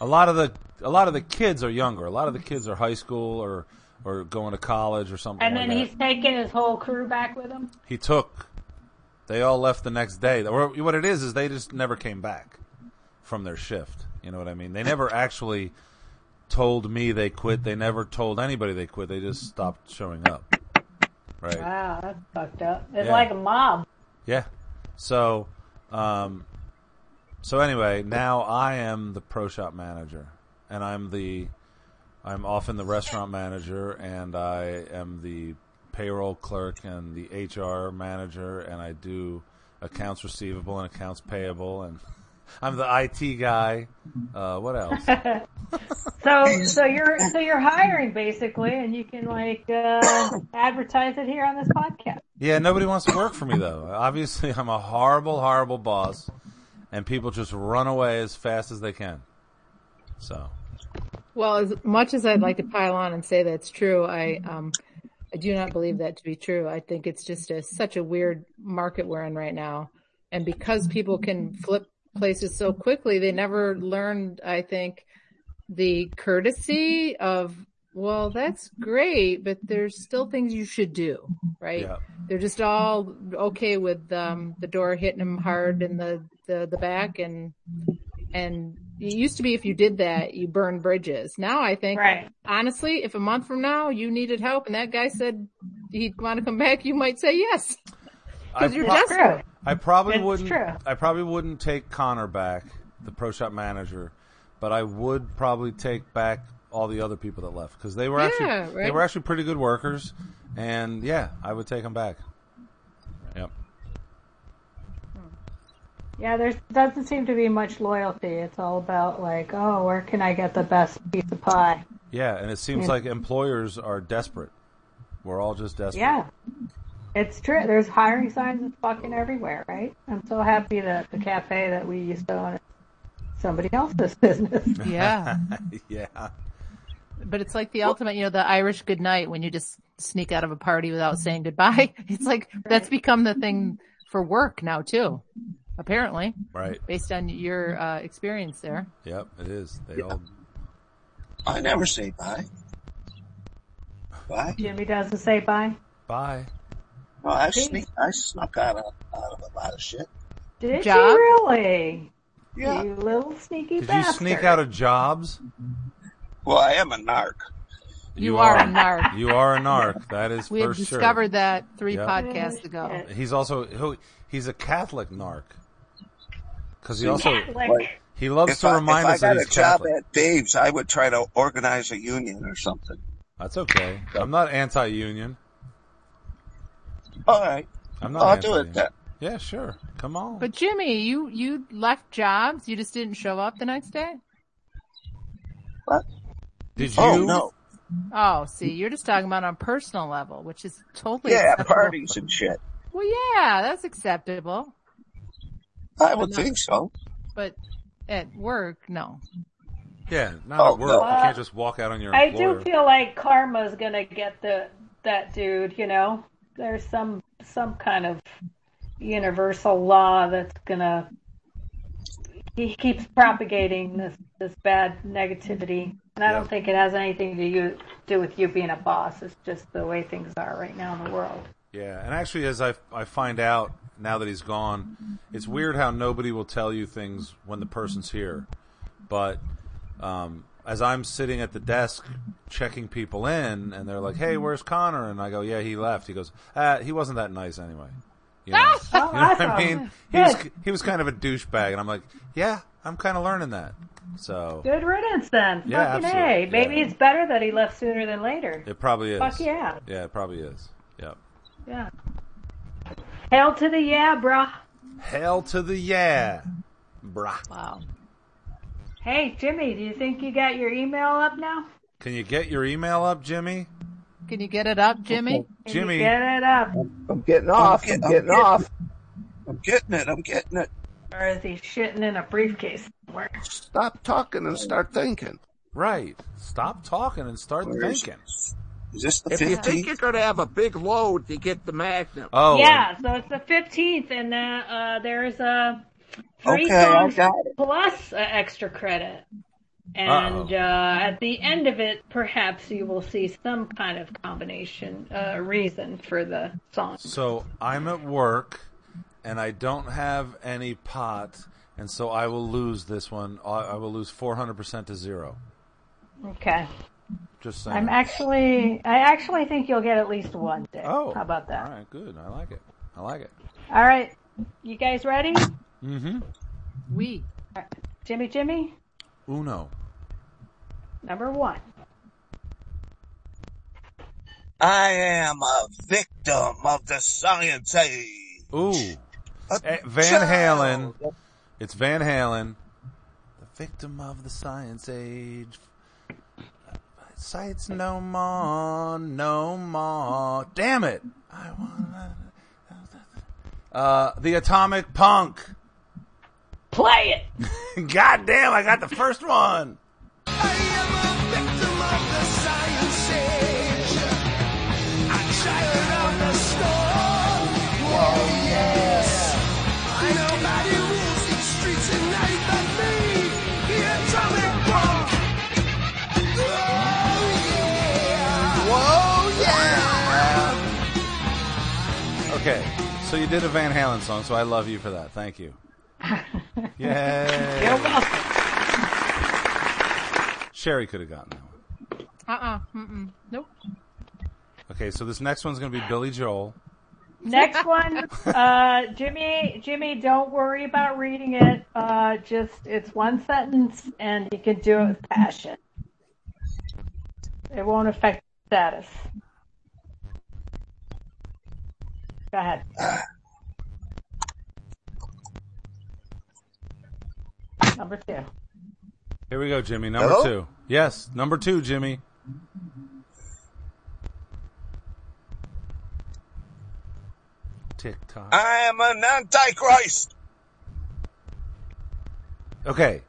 Speaker 1: a lot of the a lot of the kids are younger. A lot of the kids are high school or or going to college or something.
Speaker 2: And
Speaker 1: like
Speaker 2: then
Speaker 1: that.
Speaker 2: he's taking his whole crew back with him.
Speaker 1: he took. They all left the next day. Or What it is is they just never came back from their shift. You know what I mean? They never actually told me they quit. They never told anybody they quit. They just stopped showing up. Right.
Speaker 2: Wow, that's fucked up. It's
Speaker 1: Yeah.
Speaker 2: like a mob.
Speaker 1: Yeah. So, um, so anyway, now I am the pro shop manager, and I'm the, I'm often the restaurant manager, and I am the payroll clerk and the HR manager, and I do accounts receivable and accounts payable, and (laughs) I'm the IT guy. Uh, what else?
Speaker 2: So so you're so you're hiring basically, and you can like
Speaker 1: (coughs)
Speaker 2: uh, advertise it here on this podcast.
Speaker 1: Yeah, nobody wants to work for me though. Obviously, (laughs) I'm a horrible, horrible boss, and people just run away as fast as they can. So.
Speaker 4: Well, as much as I'd like to pile on and say that's true, I um, I do not believe that to be true. I think it's just a, such a weird market we're in right now, and because people can flip places so quickly, they never learned. I think the courtesy of well, that's great, but there's still things you should do, right?
Speaker 1: Yeah.
Speaker 4: They're just all okay with um, the door hitting them hard in the, the, the back and and it used to be if you did that, you burn bridges. Now I think,
Speaker 2: Right.
Speaker 4: honestly, if a month from now you needed help and that guy said he'd want to come back, you might say yes.
Speaker 1: I,
Speaker 4: you're
Speaker 1: pro-
Speaker 4: just-
Speaker 2: True.
Speaker 1: I probably
Speaker 2: It's
Speaker 1: wouldn't.
Speaker 2: true.
Speaker 1: I probably wouldn't take Connor back, the pro shop manager, but I would probably take back all the other people that left because they were actually
Speaker 4: Yeah,
Speaker 1: they
Speaker 4: right.
Speaker 1: were actually pretty good workers, and yeah, I would take them back. Yep.
Speaker 2: Yeah, there doesn't seem to be much loyalty. It's all about like, oh, where can I get the best piece of pie?
Speaker 1: Yeah, and it seems like employers are desperate. We're all just desperate.
Speaker 2: Yeah. It's true. There's hiring signs fucking everywhere, right? I'm so happy that the cafe that we used to own is somebody else's (laughs) business.
Speaker 1: (laughs)
Speaker 4: (laughs) Yeah.
Speaker 1: (laughs) yeah.
Speaker 4: but it's like the ultimate, you know, the Irish goodnight when you just sneak out of a party without saying goodbye. (laughs) It's like that's become the thing for work now too, apparently,
Speaker 1: Right.
Speaker 4: based on your uh, experience there.
Speaker 1: Yep. It is. They all.
Speaker 3: I never say bye. Bye.
Speaker 2: Jimmy doesn't say bye.
Speaker 1: Bye.
Speaker 3: No, I sneak. I snuck out of out of a lot of shit.
Speaker 2: Did she
Speaker 4: Job?
Speaker 2: really?
Speaker 3: Yeah.
Speaker 2: You little sneaky
Speaker 1: Did you
Speaker 2: bastard.
Speaker 1: sneak out of jobs?
Speaker 3: Well, I am a narc.
Speaker 4: You, are, a (laughs) narc.
Speaker 1: You are a narc. That is
Speaker 4: We
Speaker 1: for
Speaker 4: had
Speaker 1: sure.
Speaker 4: discovered that three
Speaker 1: Yep.
Speaker 4: podcasts ago.
Speaker 2: Shit.
Speaker 1: He's also who he's a Catholic narc because he also
Speaker 2: Catholic.
Speaker 1: he loves
Speaker 3: If
Speaker 1: to
Speaker 3: I,
Speaker 1: remind
Speaker 3: if
Speaker 1: us
Speaker 3: I
Speaker 1: that
Speaker 3: got
Speaker 1: he's
Speaker 3: a job
Speaker 1: Catholic.
Speaker 3: at Dave's, I would try to organize a union or something.
Speaker 1: That's okay. I'm not anti-union.
Speaker 3: All right,
Speaker 1: I'm not.
Speaker 3: Oh, I'll do
Speaker 1: anti-union.
Speaker 3: it then.
Speaker 1: Yeah, sure. Come on.
Speaker 4: But Jimmy, you you left jobs. You just didn't show up the next day.
Speaker 1: Did you?
Speaker 3: Oh no,
Speaker 4: Oh, see, you're just talking about on a personal level, which is totally
Speaker 3: yeah,
Speaker 4: acceptable.
Speaker 3: parties and shit.
Speaker 4: Well, yeah, that's acceptable,
Speaker 3: I would think so.
Speaker 4: but at work, no.
Speaker 1: Yeah, not
Speaker 3: Oh,
Speaker 1: at work.
Speaker 3: no.
Speaker 1: You can't just walk out on your
Speaker 2: I
Speaker 1: employer.
Speaker 2: do feel like karma's gonna get the that dude. You know, there's some some kind of universal law that's gonna. He keeps propagating this this bad negativity, and I
Speaker 1: Yeah.
Speaker 2: don't think it has anything to you, do with you being a boss. It's just the way things are right now in the world.
Speaker 1: Yeah, and actually, as I, I find out now that he's gone, it's weird how nobody will tell you things when the person's here. But um, as I'm sitting at the desk checking people in, and they're like, "Hey, where's Connor?" and I go, "Yeah, he left." He goes, ah, "He wasn't that nice anyway." You
Speaker 2: (laughs)
Speaker 1: know,
Speaker 2: Oh,
Speaker 1: you know what I
Speaker 2: awesome.
Speaker 1: mean? He was
Speaker 2: Good.
Speaker 1: he was kind of a douchebag, and I'm like, "Yeah, I'm kind of learning that." So
Speaker 2: Good riddance then.
Speaker 1: Yeah,
Speaker 2: Fucking
Speaker 1: absolutely.
Speaker 2: A. Maybe
Speaker 1: Yeah.
Speaker 2: it's better that he left sooner than later.
Speaker 1: it probably is.
Speaker 2: Fuck yeah.
Speaker 1: Yeah, it probably is. Yep.
Speaker 2: Yeah. Hail to the yeah, bruh.
Speaker 1: Hell to the yeah, brah.
Speaker 4: Wow.
Speaker 2: Hey, Jimmy, do you think you got your email up now?
Speaker 1: Can you get your email up, Jimmy?
Speaker 4: Can you get it up, Jimmy?
Speaker 2: Can you
Speaker 1: Jimmy,
Speaker 2: Get it up.
Speaker 6: I'm getting off.
Speaker 3: get-
Speaker 6: I'm
Speaker 3: I'm
Speaker 6: getting
Speaker 3: getting-
Speaker 6: off.
Speaker 3: I'm getting it. I'm getting it.
Speaker 2: Or is he shitting in a briefcase somewhere?
Speaker 6: Stop talking and start thinking.
Speaker 1: right. Stop talking and start
Speaker 3: Where is-
Speaker 1: thinking.
Speaker 3: Is this the
Speaker 6: If you think
Speaker 3: fifteenth?
Speaker 6: you're going to have a big load, you get the Magnum.
Speaker 1: Oh,
Speaker 2: yeah, so it's the 15th, and uh, uh, there's a three
Speaker 3: Okay, I
Speaker 2: songs
Speaker 3: got it.
Speaker 2: plus uh, extra credit. And uh, at the end of it, perhaps you will see some kind of combination uh, reason for the song.
Speaker 1: So I'm at work and I don't have any pot, and so I will lose this one. I I will lose 400% to zero.
Speaker 2: Okay.
Speaker 1: Just saying.
Speaker 2: I'm actually, I actually think you'll get at least one day.
Speaker 1: oh.
Speaker 2: How about that?
Speaker 1: All right, good. I like it. I like it. Mm-hmm.
Speaker 2: All right. You guys ready?
Speaker 4: We.
Speaker 2: Jimmy, Jimmy,
Speaker 1: Uno.
Speaker 2: number one.
Speaker 3: I am a victim of the science age.
Speaker 1: Ooh.
Speaker 3: A
Speaker 1: Eh, Van
Speaker 3: child.
Speaker 1: Halen. It's Van Halen. The victim of the science age. Sights no more, no more. Damn it! I wanna. Uh, the atomic punk.
Speaker 2: Play
Speaker 1: (laughs)
Speaker 2: it.
Speaker 1: God damn! I got the first one. Okay, so you did a Van Halen song, so I love you for that. Thank you. Yay!
Speaker 2: You're welcome.
Speaker 1: Sherry could have gotten that one.
Speaker 4: Uh-uh. Mm-mm. Nope.
Speaker 1: Okay, so this next one's gonna be Billy Joel.
Speaker 2: (laughs) Next one, uh, Jimmy. Jimmy, don't worry about reading it. Uh, just it's one sentence, and you can do it with passion. It won't affect status. Go ahead. Number two.
Speaker 1: Here we go, Jimmy. Number
Speaker 6: Hello?
Speaker 1: two. Yes, number two, Jimmy. Tick tock.
Speaker 3: I am an antichrist.
Speaker 1: Okay.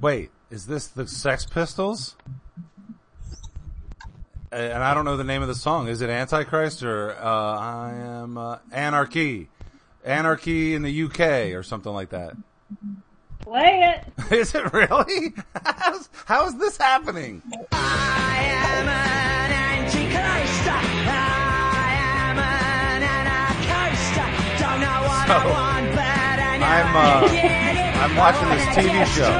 Speaker 1: Wait, is this the Sex Pistols? Uh, And I don't know the name of the song. Is it Antichrist or uh, I am uh, Anarchy? Anarchy in the UK or something like that. (laughs)
Speaker 2: Play it.
Speaker 1: Is it really? How's, how is this happening? So, I'm uh, I'm watching this TV show.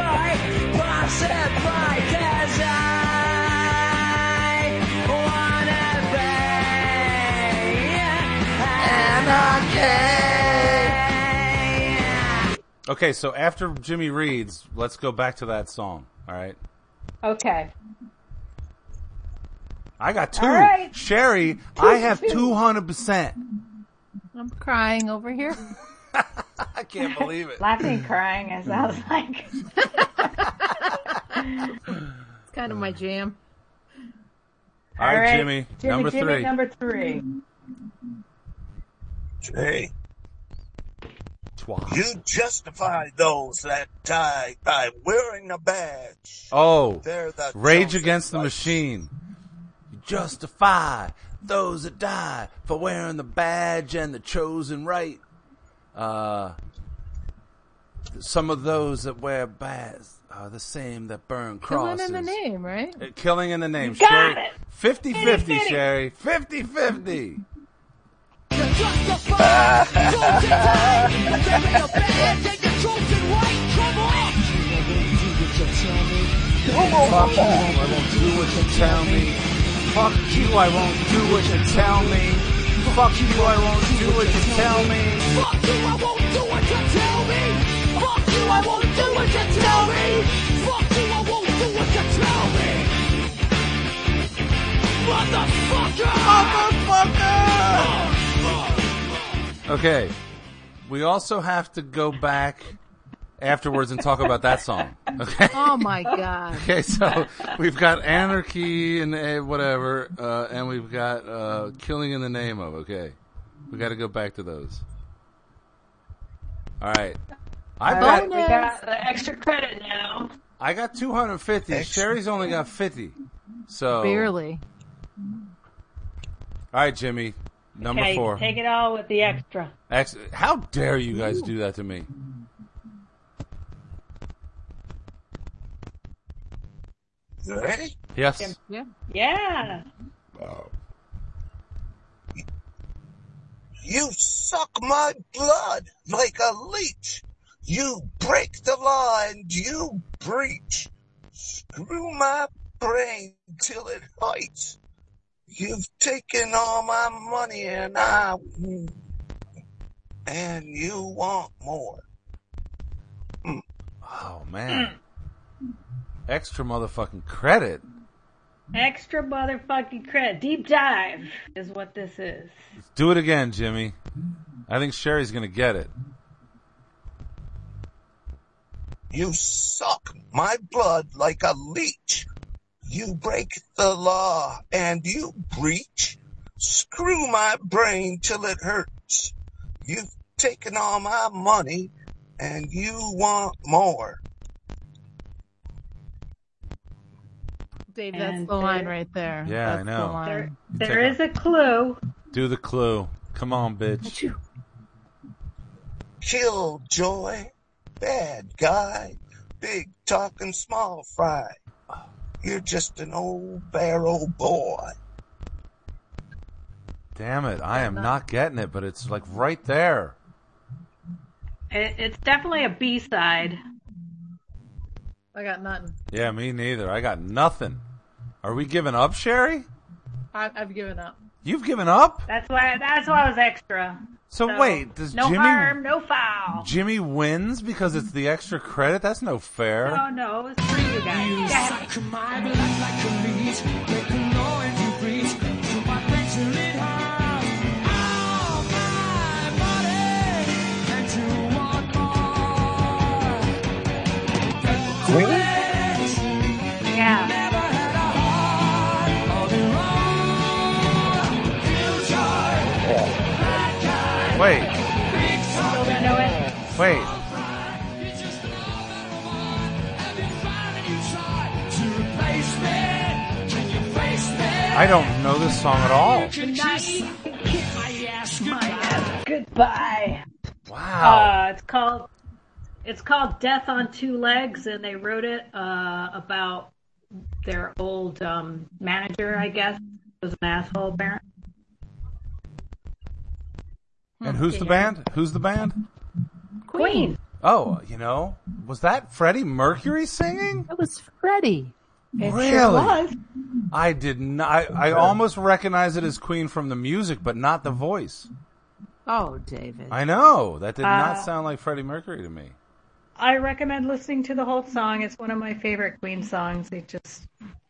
Speaker 1: Okay, so after Jimmy reads, let's go back to that song. All right.
Speaker 8: Okay.
Speaker 1: I got two.
Speaker 8: All right.
Speaker 1: Sherry, I have 200%.
Speaker 4: I'm crying over here.
Speaker 1: (laughs) I can't believe it.
Speaker 2: Laughing and crying as I was
Speaker 8: (laughs)
Speaker 2: like,
Speaker 4: It's kind of my jam.
Speaker 1: All right, Jimmy, number
Speaker 8: Jimmy,
Speaker 1: three.
Speaker 8: Number three.
Speaker 3: Hey,
Speaker 1: Twat.
Speaker 3: you justify those that die by wearing a badge.
Speaker 1: Oh,
Speaker 3: They're the
Speaker 1: Rage
Speaker 3: chosen
Speaker 1: Against the
Speaker 3: ones.
Speaker 1: Machine. You justify those that die for wearing the badge and the chosen right. Uh, some of those that wear badges are the same that burn
Speaker 4: Killing
Speaker 1: crosses.
Speaker 4: in the name, right?
Speaker 1: Uh, Killing in the name.
Speaker 2: got
Speaker 1: Sherry.
Speaker 2: it.
Speaker 1: 50 50, Sherry. 50 50. Fuck you, I won't do what you tell me. Fuck you, I won't do what you tell me. Fuck you, I won't do what you tell me. Okay, we also have to go back afterwards and talk about that song. Okay.
Speaker 4: Oh my god.
Speaker 1: Okay, so we've got anarchy and uh, whatever, uh, and we've got uh, killing in the name of. Okay, we got to go back to those. All right, I
Speaker 8: All
Speaker 1: bet
Speaker 8: right, we got the extra credit now.
Speaker 1: I got two hundred fifty. Sherry's only got fifty, so
Speaker 4: Barely.
Speaker 1: All right, Jimmy, number
Speaker 8: Okay,
Speaker 1: four.
Speaker 8: take it all with the extra.
Speaker 1: Ex- How dare you guys do that to me?
Speaker 3: You ready?
Speaker 1: Yes.
Speaker 4: Yeah.
Speaker 8: Yeah.
Speaker 3: You suck my blood like a leech. You break the law and you breach. Screw my brain till it hurts. You've taken all my money and I, and you want more.
Speaker 1: Oh man, extra motherfucking credit.
Speaker 8: Extra motherfucking credit. Deep dive is what this is.
Speaker 1: Do it again, Jimmy. I think Sherry's gonna get it.
Speaker 3: You suck my blood like a leech. You break the law and you breach. Screw my brain till it hurts. You've taken all my money and you want more.
Speaker 4: Dave, that's
Speaker 8: And
Speaker 4: the line
Speaker 8: there-
Speaker 4: right there.
Speaker 1: Yeah, I
Speaker 4: That's
Speaker 1: know.
Speaker 4: The
Speaker 8: There,
Speaker 4: line.
Speaker 8: there is a clue.
Speaker 1: Do the clue. Come on, bitch.
Speaker 3: Kill joy, bad guy, big talking small fry. You're just an old barrel boy.
Speaker 1: Damn it. I am not getting it, but it's like right there.
Speaker 2: it, it's definitely a B side.
Speaker 4: I got nothing.
Speaker 1: Yeah, me neither. I got nothing. Are we giving up, Sherry?
Speaker 4: I, I've given up.
Speaker 1: You've given up?
Speaker 2: That's why. That's why it was extra.
Speaker 1: So,
Speaker 2: So,
Speaker 1: wait, does
Speaker 2: no
Speaker 1: Jimmy
Speaker 2: harm, no foul.
Speaker 1: Jimmy wins because it's the extra credit? That's no fair.
Speaker 2: Oh no, it's for you guys. Damn it. Yeah.
Speaker 1: Wait,
Speaker 2: Still don't know it.
Speaker 1: wait. I don't know this song at all.
Speaker 2: Uh, Goodbye.
Speaker 1: Wow.
Speaker 2: Uh, it's called it's called Death on Two Legs, and they wrote it uh, about their old um, manager, I guess, was an asshole parent.
Speaker 1: and who's the band? Who's the band?
Speaker 2: hmm, Queen.
Speaker 1: Oh, you know, was that Freddie Mercury singing?
Speaker 4: That was Freddie.
Speaker 1: really? I did not. I, I almost recognize it as Queen from the music, but not the voice.
Speaker 4: Oh, David.
Speaker 1: I know that did not
Speaker 2: Uh,
Speaker 1: sound like Freddie Mercury to me.
Speaker 2: I recommend listening to the whole song. It's one of my favorite Queen songs. It's just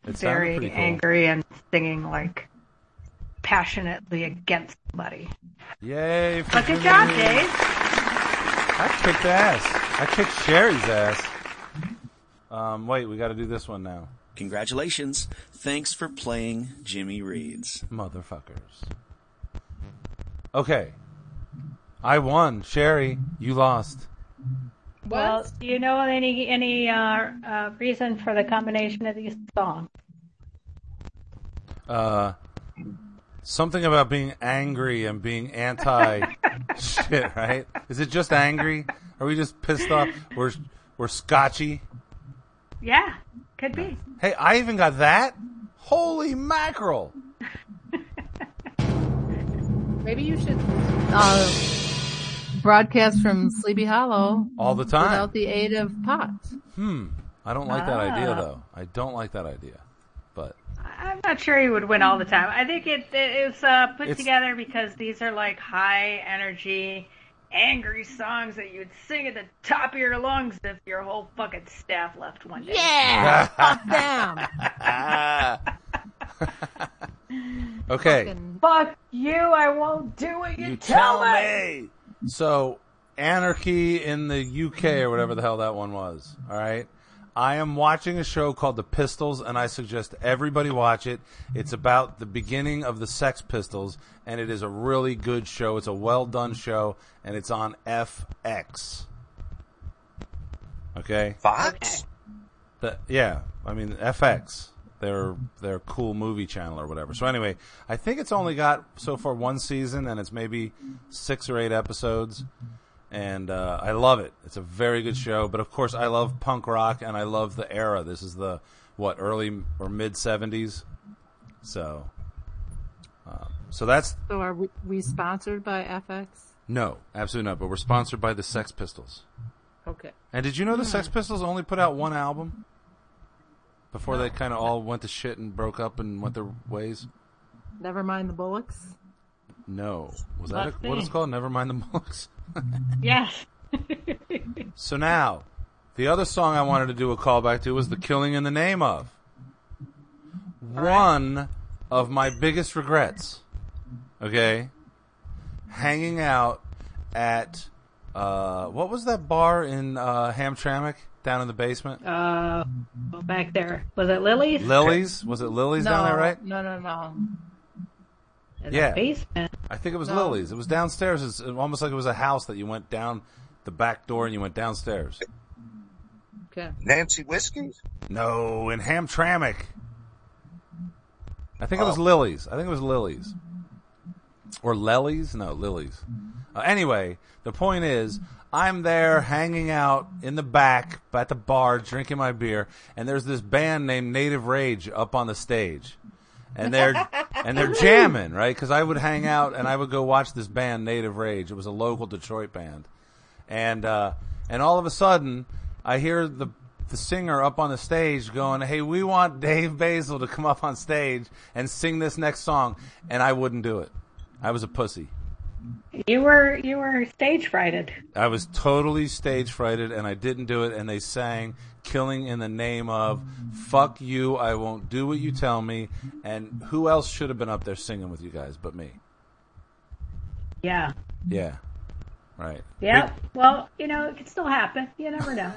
Speaker 1: It sounded
Speaker 2: very
Speaker 1: pretty cool.
Speaker 2: angry and singing like passionately against somebody.
Speaker 1: Yay!
Speaker 2: But good job, Dave.
Speaker 1: I kicked ass. I kicked Sherry's ass. Um, wait, we got to do this one now,
Speaker 9: Congratulations. Thanks for playing Jimmy Reeds.
Speaker 1: motherfuckers. Okay, I won. Sherry, you lost.
Speaker 2: Well, do you know any any uh, uh, reason for the combination of these songs?
Speaker 1: Uh, something about being angry and being anti
Speaker 4: (laughs)
Speaker 1: shit. Right? Is it just angry? Are we just pissed off? We're we're scotchy.
Speaker 2: Yeah, could be.
Speaker 1: Hey, I even got that. Holy mackerel!
Speaker 4: Maybe you should uh, broadcast from Sleepy Hollow
Speaker 1: All the time.
Speaker 4: without the aid of pot.
Speaker 1: Hmm. I don't like that idea
Speaker 2: Ah.
Speaker 1: though. I don't like that idea. But
Speaker 4: (laughs)
Speaker 1: (laughs)
Speaker 2: I- I'm not sure he would win all the time. I think it, it was uh, put
Speaker 1: It's-
Speaker 2: together because these are like high energy, angry songs that you'd sing at the top of your lungs if your whole fucking staff left one day.
Speaker 1: (laughs)
Speaker 4: Yeah, fuck them.
Speaker 1: okay,
Speaker 4: Fucking-
Speaker 2: Fuck you! I won't do what you,
Speaker 1: you tell me. So, anarchy in the UK or whatever the hell that one was. All right. I am watching a show called The Pistols, and I suggest everybody watch it. It's about the beginning of the Sex Pistols, and it is a really good show. It's a well done show, and it's on FX. Okay.
Speaker 3: Fox?
Speaker 1: The, yeah, I mean FX, their their cool movie channel or whatever. So anyway, I think it's only got so far one season, and it's maybe six or eight episodes. And uh, I love it. It's a very good show. But of course, I love punk rock, and I love the era. This is the what early or mid seventies. So, um, so that's
Speaker 4: So are we, we sponsored by FX?
Speaker 1: no, absolutely not. But we're sponsored by the Sex Pistols.
Speaker 4: Okay.
Speaker 1: And did you know the Sex Pistols only put out one album before they kind of all went to shit and broke up and went their ways?
Speaker 4: Never mind the bullocks.
Speaker 1: No, was that
Speaker 2: Let's
Speaker 1: a, what it's
Speaker 2: see.
Speaker 1: called? Never mind the (laughs) books.
Speaker 2: Yes.
Speaker 1: So now, the other song I wanted to do a callback to was "The Killing in the Name of." One of my biggest regrets. Okay, hanging out at uh, what was that bar in uh, Hamtramck down in the basement?
Speaker 2: Uh, well, back there was it Lily's?
Speaker 1: Lily's was it Lily's down there, right?
Speaker 4: No, no, no.
Speaker 2: In
Speaker 1: yeah.
Speaker 2: The basement.
Speaker 1: I think it was
Speaker 4: No.
Speaker 1: Lily's. It was downstairs. It's almost like it was a house that you went down the back door and you went downstairs.
Speaker 4: Okay.
Speaker 3: Nancy Whiskey?
Speaker 1: No, in Hamtramck. I think it was
Speaker 3: Oh.
Speaker 1: Lily's. I think it was Lily's. Or Lely's? No, Lily's. Uh, anyway, the point is, I'm there hanging out in the back at the bar drinking my beer, and there's this band named Native Rage up on the stage. And they're and they're jamming, right? Because I would hang out and I would go watch this band, Native Rage. It was a local Detroit band and uh, and all of a sudden, I hear the the singer up on the stage going, "Hey, we want Dave Basil to come up on stage and sing this next song," and I wouldn't do it. I was a pussy.
Speaker 2: You were you were stage frighted.
Speaker 1: I was totally stage frighted, and I didn't do it. And they sang "Killing in the Name of Fuck You." I won't do what you tell me. And who else should have been up there singing with you guys but me?
Speaker 2: Yeah.
Speaker 1: Yeah, right.
Speaker 2: Yeah. Well, you know, it could still happen. You never (laughs) know.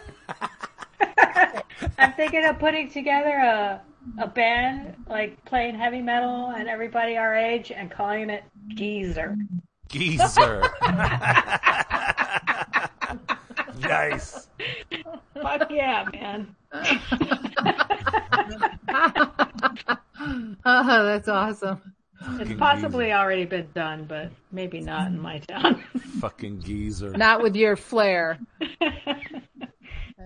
Speaker 2: I'm thinking of putting together a a band like playing heavy metal and everybody our age and calling it Geezer.
Speaker 1: Geezer. (laughs) nice.
Speaker 2: Fuck yeah, man.
Speaker 4: Oh, that's awesome.
Speaker 2: It's possibly already been done, but maybe not in my town. (laughs)
Speaker 1: Fucking geezer.
Speaker 4: Not with your flair.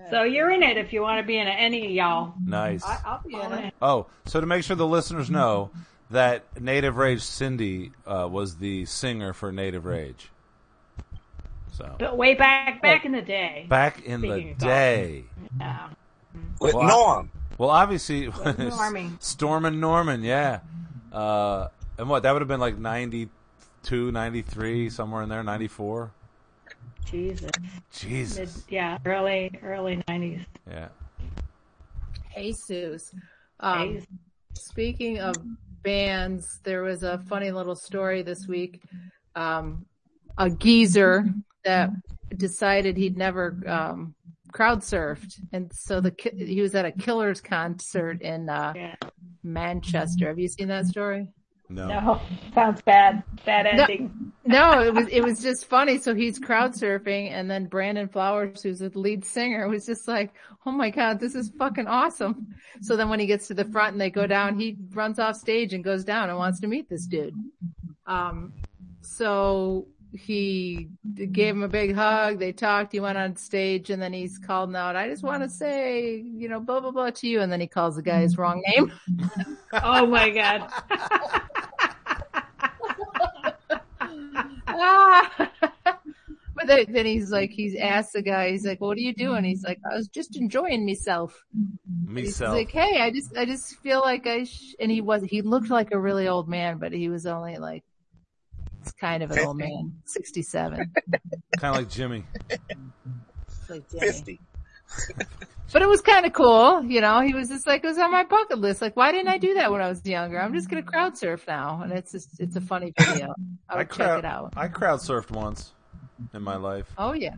Speaker 2: so you're in it if you want to be in it. Any of y'all.
Speaker 1: Nice.
Speaker 4: I'll be in it.
Speaker 1: Oh, so to make sure the listeners know that Native Rage Cindy uh, was the singer for Native Rage. So
Speaker 2: But way back back in the day.
Speaker 1: back in
Speaker 2: Speaking
Speaker 1: the
Speaker 2: of
Speaker 1: day.
Speaker 2: Yeah.
Speaker 3: With
Speaker 1: Wow.
Speaker 3: Norm.
Speaker 1: Well, obviously, (laughs)
Speaker 2: Normie.
Speaker 1: Storm and Norman, yeah. Uh, and what that would have been like ninety 92, 93, somewhere in there, 94.
Speaker 2: Jesus.
Speaker 1: Jesus.
Speaker 2: Mid- yeah, early early nineties.
Speaker 1: Yeah.
Speaker 4: Jesus. Um, Speaking of bands, there was a funny little story this week. Um, a geezer that decided he'd never um, crowd surfed, and so the ki- he was at a Killers concert in uh, Manchester. Have you seen that story?
Speaker 1: No.
Speaker 2: No, sounds bad. Bad
Speaker 4: No.
Speaker 2: ending.
Speaker 4: No, it was it was just funny. So he's crowd surfing, and then Brandon Flowers, who's the lead singer, was just like, "Oh my god, this is fucking awesome!" So then when he gets to the front and they go down, he runs off stage and goes down and wants to meet this dude. Um, so he gave him a big hug. They talked. He went on stage, and then he's called out, "I just want to say, you know, blah blah blah to you." And then he calls the guy his wrong name.
Speaker 2: Oh my god.
Speaker 4: ah. (laughs) But then, then he's like, he's asked the guy, he's like, what are you doing? He's like, I was just enjoying myself.
Speaker 1: Me
Speaker 4: He's
Speaker 1: self.
Speaker 4: like, hey, I just, I just feel like I, sh-. and he was, he looked like a really old man, but he was only like, it's kind of an old man, 67.
Speaker 1: kind of like Jimmy.
Speaker 4: It's like, damn.
Speaker 3: 50.
Speaker 4: But it was kind of cool, you know, he was just like, it was on my bucket list. Like, why didn't I do that when I was younger? I'm just going to crowd surf now. And it's just, it's a funny video. (laughs) I would check
Speaker 1: crowd,
Speaker 4: it out.
Speaker 1: I crowd surfed once in my life.
Speaker 4: Oh yeah.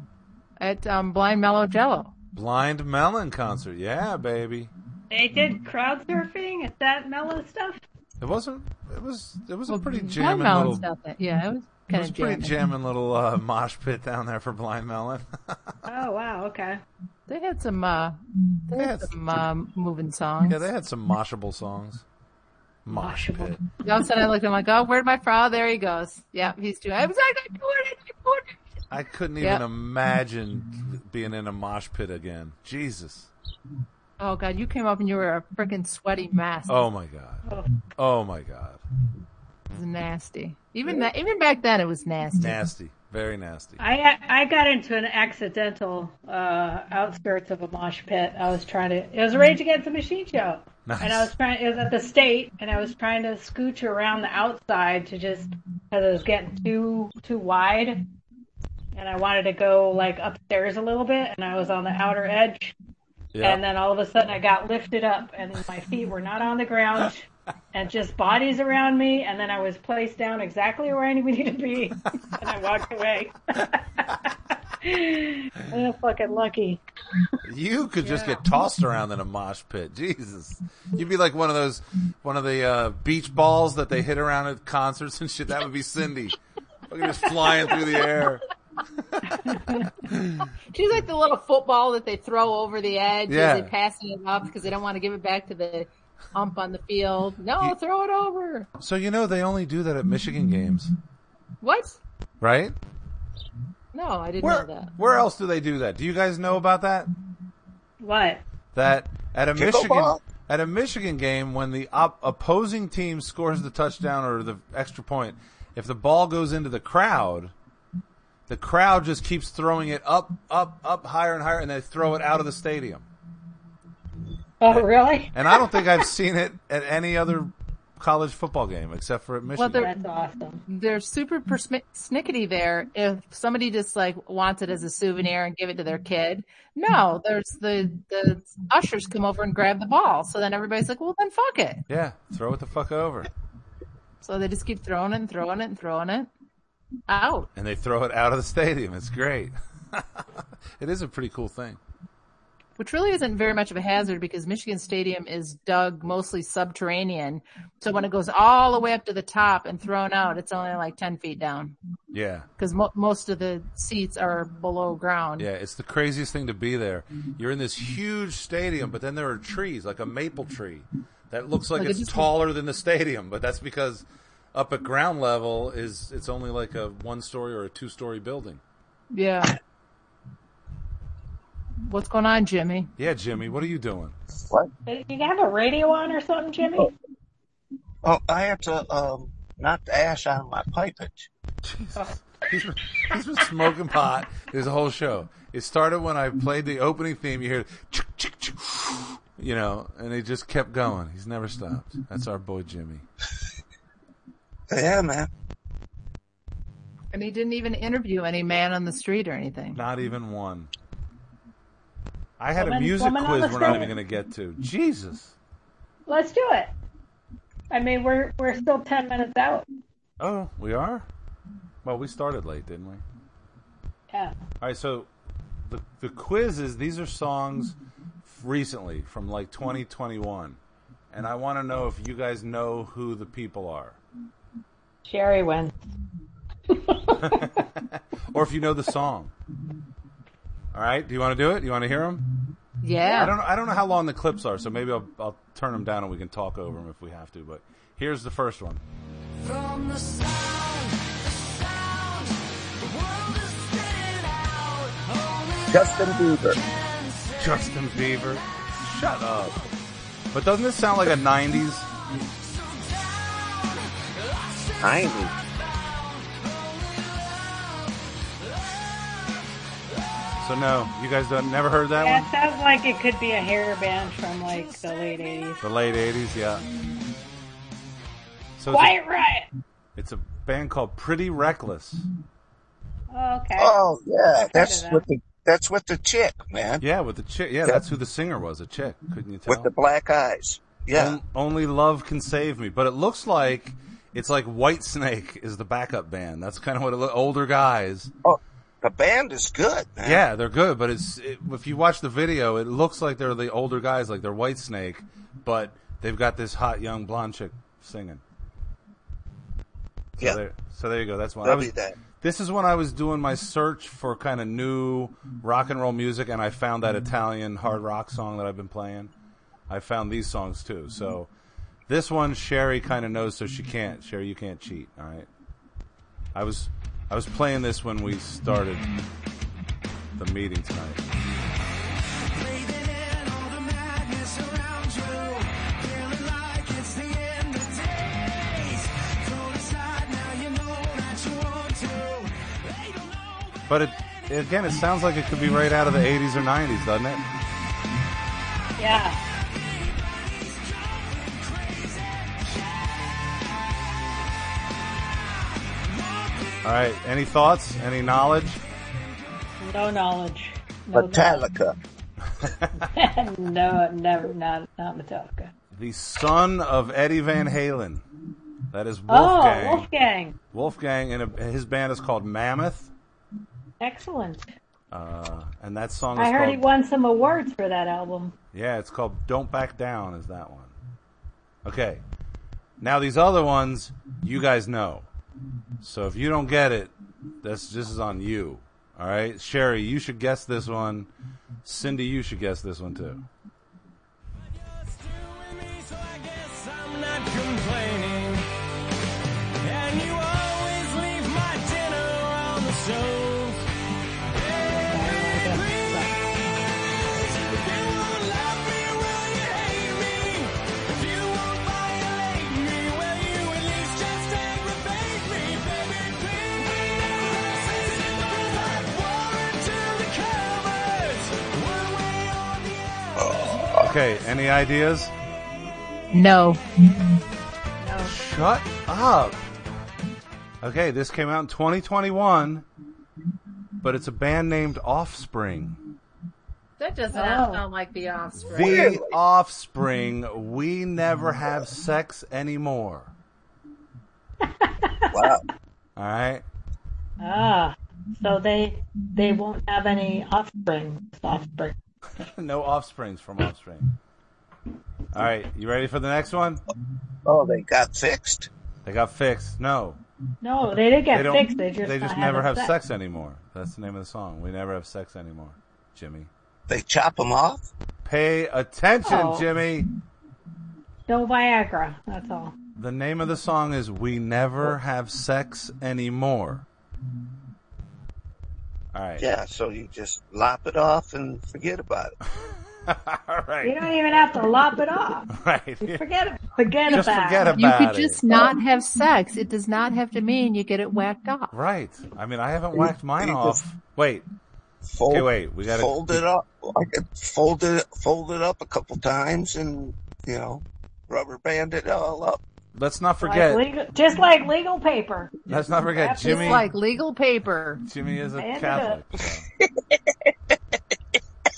Speaker 4: At, um, Blind Mellow Jello.
Speaker 1: Blind Melon concert. Yeah, baby.
Speaker 2: They did crowd surfing at that mellow stuff.
Speaker 1: It wasn't. It was. It was a pretty
Speaker 4: Blind
Speaker 1: jamming
Speaker 4: Melon's
Speaker 1: little.
Speaker 4: not that- Yeah, it was
Speaker 1: It
Speaker 4: kind
Speaker 1: was a
Speaker 4: of
Speaker 1: pretty
Speaker 4: jamming.
Speaker 1: jamming little uh, mosh pit down there for Blind Melon. (laughs)
Speaker 2: Oh wow, okay.
Speaker 4: They had some, uh, they had
Speaker 1: Yes.
Speaker 4: some um, moving songs.
Speaker 1: yeah, they had some moshable songs. Mosh
Speaker 2: Moshable.
Speaker 1: pit.
Speaker 4: All of a sudden, I looked. I'm like, oh, where'd my frog? There he goes. Yeah, he's doing. I was like, I'm doing it. I'm doing it.
Speaker 1: I couldn't
Speaker 4: Yep.
Speaker 1: even imagine being in a mosh pit again. Jesus.
Speaker 4: Oh god, you came up and you were a freaking sweaty mess.
Speaker 1: Oh my god. Oh my god.
Speaker 4: It was nasty. Even that, even back then, it was nasty.
Speaker 1: Nasty. Very nasty.
Speaker 2: I I got into an accidental uh, outskirts of a mosh pit. I was trying to. It was a Rage Against the Machine show,
Speaker 1: Nice.
Speaker 2: and I was trying. It was at the state, and I was trying to scooch around the outside to just because it was getting too too wide, and I wanted to go like upstairs a little bit, and I was on the outer edge,
Speaker 1: Yeah.
Speaker 2: and then all of a sudden I got lifted up, and my feet were not on the ground. And just bodies around me, and then I was placed down exactly where I needed to be, and I walked
Speaker 8: (laughs)
Speaker 2: away. I'm fucking lucky.
Speaker 1: You could just get tossed around in a mosh pit. Jesus. You'd be like one of those, one of the, uh, beach balls that they hit around at concerts and shit. That would be Cindy. Look at just flying through the air.
Speaker 4: She's like the little football that they throw over the edge
Speaker 1: Yeah.
Speaker 4: as they pass it up because they don't want to give it back to the ump on the field. No, throw it over.
Speaker 1: So you know they only do that at Michigan games,
Speaker 4: What?
Speaker 1: right?
Speaker 4: No, I didn't
Speaker 1: Where,
Speaker 4: know that.
Speaker 1: where else do they do that? Do you guys know about that?
Speaker 2: What?
Speaker 1: That at a Michigan,
Speaker 3: Pickleball?
Speaker 1: at a Michigan game when the op- opposing team scores the touchdown or the extra point, if the ball goes into the crowd, the crowd just keeps throwing it up, up, up higher and higher and they throw it out of the stadium.
Speaker 2: Oh, really?
Speaker 1: And I don't think I've seen it at any other college football game except for at Michigan.
Speaker 4: they're-
Speaker 2: That's awesome.
Speaker 4: they're super persnickety there if somebody just like wants it as a souvenir and give it to their kid. No, there's the, the ushers come over and grab the ball. So then everybody's like, well, then fuck it.
Speaker 1: yeah, throw it the fuck over.
Speaker 4: So they just keep throwing it and throwing it and throwing it out.
Speaker 1: And they throw it out of the stadium. It's great. (laughs) it is a pretty cool thing.
Speaker 4: which really isn't very much of a hazard because Michigan Stadium is dug mostly subterranean. So when it goes all the way up to the top and thrown out, it's only like 10 feet down
Speaker 1: Yeah.
Speaker 4: because mo- most of the seats are below ground.
Speaker 1: Yeah, it's the craziest thing to be there. You're in this huge stadium, but then there are trees, like a maple tree, that looks like,
Speaker 4: Like, it
Speaker 1: it's
Speaker 4: just-
Speaker 1: taller than the stadium. But that's because up at ground level is it's only like a one story or a two story building.
Speaker 4: Yeah. What's going on, Jimmy?
Speaker 1: Yeah, Jimmy, what are you doing?
Speaker 2: You have a radio on or something, Jimmy?
Speaker 3: Oh, I have to um, knock the ash out of my pipage.
Speaker 1: He's been, he's been smoking pot his whole show. It started when I played the opening theme. You hear, "Chick, chick, chick," you know, and he just kept going. He's never stopped. That's our boy Jimmy.
Speaker 3: Yeah, man.
Speaker 4: And he didn't even interview any man on the street or anything.
Speaker 1: Not even one. I had a
Speaker 8: Woman-
Speaker 1: music
Speaker 8: woman on
Speaker 1: quiz
Speaker 8: the
Speaker 1: we're not even
Speaker 8: street.
Speaker 1: going to get to. Jesus.
Speaker 8: Let's do it. I mean, we're we're still ten minutes out.
Speaker 1: Oh, we are? Well, we started late, didn't we?
Speaker 8: Yeah.
Speaker 1: All right, so the the quiz is these are songs recently from like 2021, and I want to know if you guys know who the people are,
Speaker 2: Sherry wins.
Speaker 1: (laughs) or if you know the song. All right, do you want to do it? You want to hear them? I
Speaker 4: Yeah.
Speaker 1: don't know, I don't know how long the clips are, so maybe I'll I'll turn them down and we can talk over them if we have to. But here's the first one.
Speaker 3: Justin Bieber.
Speaker 1: Justin Bieber. Shut up. But doesn't this sound like a 90s?
Speaker 3: I ain't
Speaker 1: So no, you guys don't never heard that
Speaker 8: Yeah,
Speaker 1: one.
Speaker 8: it sounds like it could be a hair band from like the late '80s.
Speaker 1: The late eighties, yeah. So it's
Speaker 8: Quiet Riot.
Speaker 1: a, it's a band called Pretty Reckless.
Speaker 8: Oh, okay.
Speaker 3: Oh yeah, that's
Speaker 8: that.
Speaker 3: with the that's with the chick man
Speaker 1: Yeah, with the chick. Yeah, that's who the singer was, a chick. Couldn't you tell?
Speaker 3: with the black eyes. Yeah,
Speaker 1: On- only love can save me. But it looks like it's like White Snake is the backup band. That's kind of what it look. Older guys.
Speaker 3: Oh, the band is good. Man.
Speaker 1: Yeah, they're good, but it's it, if you watch the video, it looks like they're the older guys, like they're White Snake, but they've got this hot young blonde chick singing. So
Speaker 3: Yeah.
Speaker 1: There, so there you go. That's one. I
Speaker 3: That'll
Speaker 1: was-
Speaker 3: be that.
Speaker 1: This is when I was doing my search for kind of new rock and roll music, and I found that Italian hard rock song that I've been playing. I found these songs too. So this one, Sherry kind of knows, so she can't. Sherry, you can't cheat. All right. I was I was playing this when we started the meeting tonight. But it again, it sounds like it could be right out of the '80s or '90s, doesn't it?
Speaker 8: Yeah.
Speaker 1: All right. Any thoughts? Any knowledge?
Speaker 8: No knowledge. No
Speaker 3: Metallica.
Speaker 8: knowledge. no, never. Not not Metallica.
Speaker 1: The son of Eddie Van Halen. That is
Speaker 8: Oh,
Speaker 1: Wolfgang.
Speaker 8: Wolfgang.
Speaker 1: Wolfgang and a, his band is called Mammoth,
Speaker 8: Excellent.
Speaker 1: uh, and that song is
Speaker 8: I heard
Speaker 1: called
Speaker 8: he won some awards for that album.
Speaker 1: Yeah, it's called Don't Back Down is that one. Okay. Now these other ones you guys know. So if you don't get it, this this is on you. All right? Sherry, you should guess this one. Cindy, you should guess this one too. Okay, any ideas?
Speaker 4: No.
Speaker 1: Shut up. Okay, this came out in 2021, but it's a band named Offspring.
Speaker 4: That does
Speaker 8: not
Speaker 4: sound like the offspring.
Speaker 1: The offspring, we never have sex anymore.
Speaker 3: Wow.
Speaker 1: All right.
Speaker 8: Ah, so they they won't have any offspring. Offspring.
Speaker 1: No offsprings from offspring. All right. You ready for the next one?
Speaker 3: Oh, they got fixed.
Speaker 1: They got fixed. No.
Speaker 8: No, they didn't get
Speaker 1: They don't.
Speaker 8: fixed. They just
Speaker 1: they just
Speaker 8: not
Speaker 1: never have
Speaker 8: having
Speaker 1: sex. anymore. That's the name of the song. We never have sex anymore, Jimmy.
Speaker 3: They chop them off.
Speaker 1: Pay attention,
Speaker 8: Oh.
Speaker 1: Jimmy.
Speaker 8: No Viagra. That's all.
Speaker 1: The name of the song is We
Speaker 3: Oh.
Speaker 1: Never Have Sex Anymore. All right.
Speaker 3: Yeah, so you just lop it off and forget about
Speaker 1: (laughs)
Speaker 3: it.
Speaker 1: All
Speaker 8: You
Speaker 1: right.
Speaker 8: don't even have to lop it off.
Speaker 1: (laughs) Right.
Speaker 8: Forget it. Forget
Speaker 1: (laughs) Just
Speaker 8: about
Speaker 1: forget
Speaker 8: it.
Speaker 1: about
Speaker 4: You could
Speaker 1: it.
Speaker 4: just not have sex. It does not have to mean you get it whacked off.
Speaker 1: Right. I mean, I haven't whacked mine
Speaker 3: you
Speaker 1: off. Wait.
Speaker 3: Fold,
Speaker 1: Okay, wait, we gotta-
Speaker 3: fold it up. I could fold it, fold it up a couple times, and you know, rubber band it all up.
Speaker 1: Let's not
Speaker 8: Like
Speaker 1: forget.
Speaker 8: legal- just like legal paper.
Speaker 1: Let's not forget
Speaker 8: Just
Speaker 1: Jimmy.
Speaker 4: It's like legal paper.
Speaker 1: Jimmy is a
Speaker 8: I ended
Speaker 1: Catholic.
Speaker 8: up-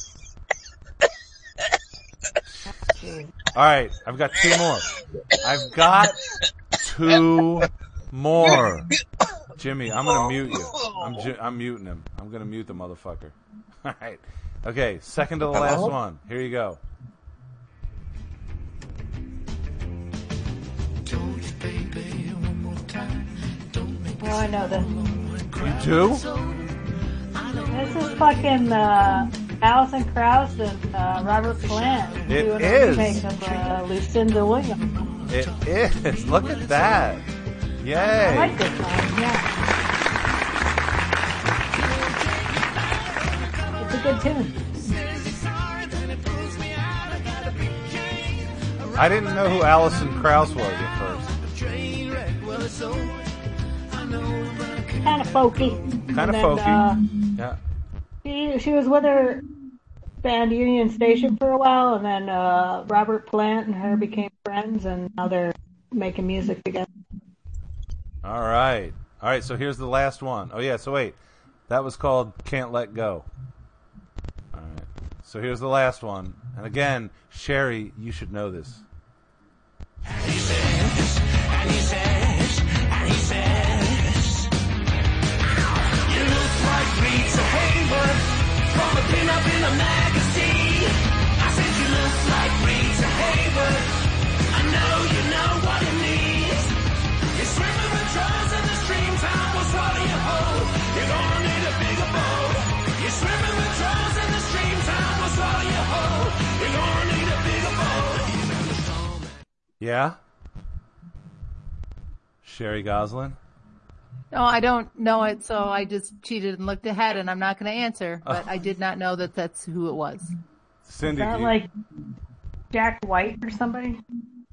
Speaker 8: (laughs)
Speaker 1: so. All right, I've got two more. I've got two more. Jimmy, I'm gonna mute you. I'm ju- I'm muting him. I'm gonna mute the motherfucker. (laughs) All right. Okay, second to the last one. Here you go.
Speaker 8: Oh, I know this.
Speaker 1: You do?
Speaker 8: This is fucking uh, Alison Krauss and uh, Robert Flynn
Speaker 1: It
Speaker 8: doing
Speaker 1: is.
Speaker 8: a remake of uh, Lucinda Williams.
Speaker 1: It is. Look at that.
Speaker 8: I
Speaker 1: Yay.
Speaker 8: like this one. Yeah, it's a good tune.
Speaker 1: I didn't know who Allison Krauss was at first.
Speaker 8: Kind of folky.
Speaker 1: Kind of
Speaker 8: And then,
Speaker 1: folky.
Speaker 8: Uh,
Speaker 1: Yeah.
Speaker 8: she she was with her band Union Station for a while, and then uh, Robert Plant and her became friends, and now they're making music together.
Speaker 1: All right. All right. So here's the last one. Oh yeah. So wait, that was called "Can't Let Go." All right. So here's the last one. And again, Sherry, you should know this. Yeah. Sherry Goslin.
Speaker 4: No, I don't know it, so I just cheated and looked ahead, and I'm not going to answer. But
Speaker 1: Oh.
Speaker 4: I did not know that that's who it was.
Speaker 1: Cindy.
Speaker 2: Not
Speaker 1: do you-
Speaker 2: like Jack White or somebody.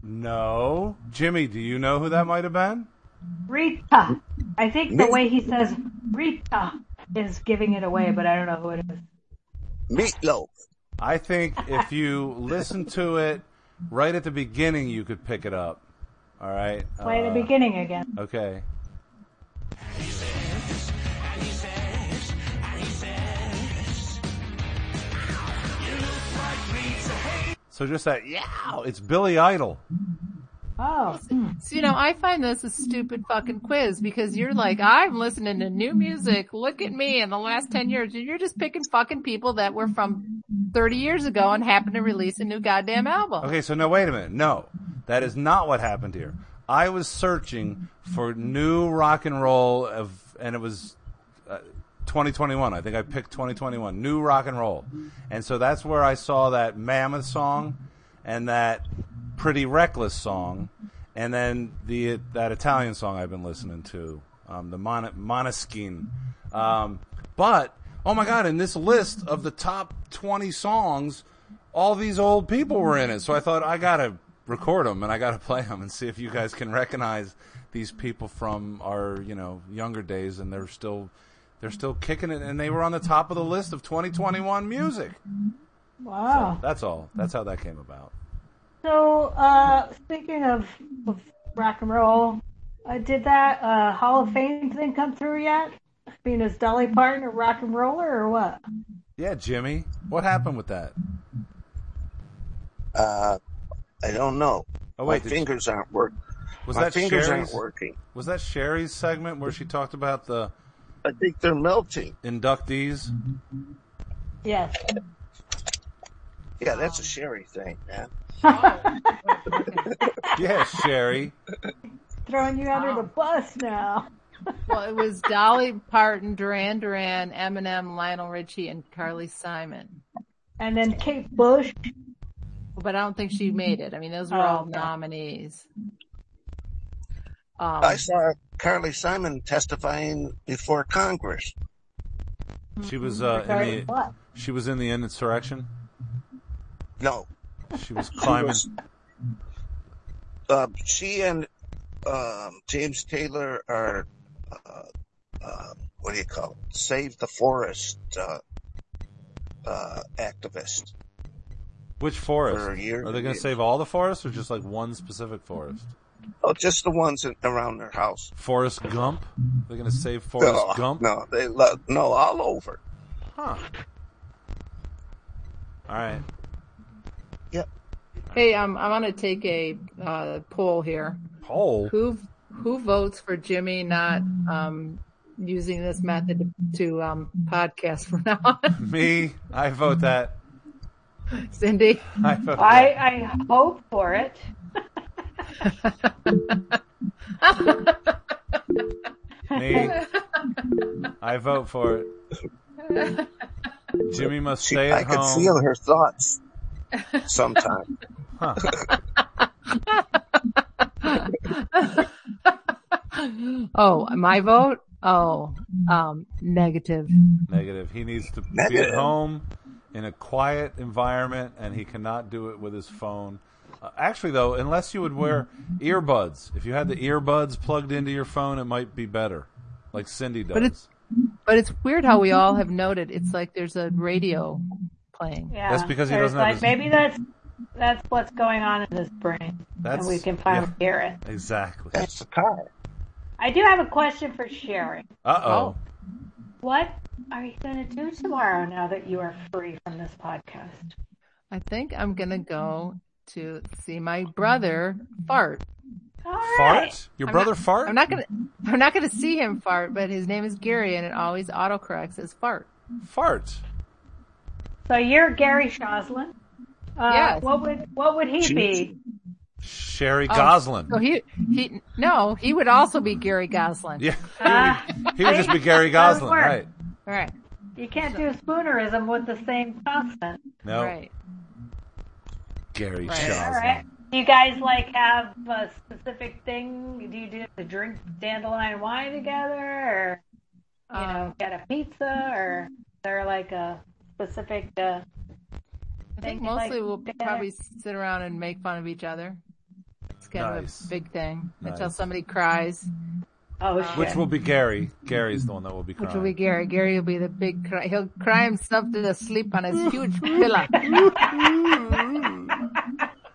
Speaker 1: no. Jimmy, do you know who that might have been?
Speaker 2: Rita. I think the way he says Rita is giving it away, but I don't know who it is.
Speaker 3: Meatloaf.
Speaker 1: I think if you listen to it right at the beginning, you could pick it up. All right.
Speaker 2: Play
Speaker 1: Uh,
Speaker 2: the beginning again.
Speaker 1: Okay. So just that, yeah, it's Billy Idol.
Speaker 2: Oh,
Speaker 4: So you know, I find this a stupid fucking quiz because you're like, I'm listening to new music. Look at me in the last ten years, and you're just picking fucking people that were from thirty years ago and happen to release a new goddamn album.
Speaker 1: Okay, so no, wait a minute. No, that is not what happened here. I was searching for new rock and roll of, and it was uh, 2021. I think I picked 2021, new rock and roll, and so that's where I saw that Mammoth song and that Pretty Reckless song, and then the that Italian song I've been listening to, um, the Mon- Monoskin. Um, but oh my god, in this list of the top 20 songs all these old people were in it. So I thought I gotta record them and I gotta play them and see if you guys can recognize these people from our you know younger days and they're still they're still kicking it and they were on the top of the list of 2021 music.
Speaker 8: Wow.
Speaker 1: That's all. That's how that came about.
Speaker 8: So, uh, speaking of, of rock and roll, uh, did that uh, Hall of Fame thing come through yet? I mean, is Dolly Parton a rock and roller or what?
Speaker 1: Yeah, Jimmy, what happened with that?
Speaker 3: Uh, I don't know.
Speaker 1: Oh
Speaker 3: My
Speaker 1: wait, did-
Speaker 3: fingers aren't working.
Speaker 1: was
Speaker 3: My
Speaker 1: that
Speaker 3: fingers
Speaker 1: Sherry's?
Speaker 3: aren't working.
Speaker 1: Was that Sherry's segment where she talked about the
Speaker 3: I think they're melting.
Speaker 1: inductees?
Speaker 8: Yes.
Speaker 3: Yeah, that's a Sherry thing, man.
Speaker 1: Yeah, Sherry.
Speaker 8: Throwing you under the bus now.
Speaker 4: Well, it was Dolly Parton, Duran Duran, Eminem, Lionel Richie, and Carly Simon.
Speaker 8: And then Kate Bush.
Speaker 4: But I don't think she made it. I mean, those were
Speaker 8: Oh,
Speaker 4: all
Speaker 8: okay.
Speaker 4: nominees. Um,
Speaker 3: I saw Carly Simon testifying before Congress.
Speaker 1: She was uh,
Speaker 8: Sorry,
Speaker 1: in the
Speaker 8: what?
Speaker 1: she was in the insurrection.
Speaker 3: No,
Speaker 1: She was climbing.
Speaker 3: uh, she and um, James Taylor are uh, uh, what do you call it? Save the forest uh, uh, activist.
Speaker 1: Which forest?
Speaker 3: For a year.
Speaker 1: Are they going to save all the forests or just like one specific forest?
Speaker 6: Oh, just the ones in, around their house.
Speaker 1: Forrest Gump. They're gonna save Forrest
Speaker 3: (laughs) Oh,
Speaker 6: no,
Speaker 1: Gump.
Speaker 6: No, they love, no, all over.
Speaker 1: Huh. All right.
Speaker 4: Hey, um, I'm gonna take a uh, poll here.
Speaker 1: Poll.
Speaker 4: Who who votes for Jimmy not um, using this method to um, podcast from now on? (laughs)
Speaker 1: Me. I vote that.
Speaker 4: Cindy,
Speaker 1: I vote
Speaker 8: I,
Speaker 1: that.
Speaker 8: I hope for it.
Speaker 1: Me. I vote for it. Jimmy must
Speaker 6: She,
Speaker 1: stay
Speaker 6: I
Speaker 1: at
Speaker 6: could
Speaker 1: home.
Speaker 6: feel her thoughts sometimes.
Speaker 4: oh, my vote. Oh, um, negative.
Speaker 1: Negative. He needs to be at
Speaker 6: Negative.
Speaker 1: home in a quiet environment, and he cannot do it with his phone. Uh, actually, though, unless you would wear earbuds, if you had the earbuds plugged into your phone, it might be better, like Cindy does.
Speaker 4: But it's- But it's weird how we all have noted. It's like there's a radio playing.
Speaker 8: Yeah.
Speaker 1: That's because he
Speaker 8: There's
Speaker 1: doesn't have
Speaker 8: like,
Speaker 1: his-
Speaker 8: Maybe that's that's what's going on in his brain,
Speaker 1: That's
Speaker 8: and we can finally hear it.
Speaker 1: yeah, exactly.
Speaker 6: That's the car.
Speaker 8: I do have a question for Sharon.
Speaker 1: Uh oh.
Speaker 8: What are you going to do tomorrow now that you are free from this podcast?
Speaker 4: I think I'm gonna go to see my brother fart.
Speaker 8: All right.
Speaker 1: Fart? Your
Speaker 4: I'm
Speaker 1: brother
Speaker 4: not-
Speaker 1: fart?
Speaker 4: I'm not gonna. I'm not gonna see him fart, but his name is Gary, and it always autocorrects as fart.
Speaker 1: Fart.
Speaker 8: So you're Gary Shoslin. Uh,
Speaker 4: Yes.
Speaker 8: What would what would he be?
Speaker 1: Sherry Goslin.
Speaker 4: Oh, So he he no, he would also be Gary Goslin. (laughs)
Speaker 1: yeah.
Speaker 8: Ah,
Speaker 1: He would just be Gary
Speaker 8: Doesn't
Speaker 1: Goslin,
Speaker 8: work.
Speaker 1: right?
Speaker 4: All right.
Speaker 8: you can't do spoonerism with the same constant.
Speaker 1: No.
Speaker 4: Right.
Speaker 1: Gary
Speaker 4: Right.
Speaker 1: Goslin.
Speaker 8: All right. Do you guys like have a specific thing? Do you do to drink dandelion wine together, or you know, get a pizza, or is there like a specific? Uh,
Speaker 4: I think
Speaker 8: Thank you,
Speaker 4: mostly
Speaker 8: like,
Speaker 4: we'll
Speaker 8: Dad.
Speaker 4: probably sit around and make fun of each other. It's kind
Speaker 1: Nice.
Speaker 4: of a big thing until
Speaker 1: Nice.
Speaker 4: somebody cries,
Speaker 8: oh shit!
Speaker 1: Which will be Gary. Gary's the one that will be
Speaker 4: which
Speaker 1: crying.
Speaker 4: will be Gary. Gary will be the big cry. He'll cry himself to sleep on his
Speaker 8: (laughs)
Speaker 4: huge pillow.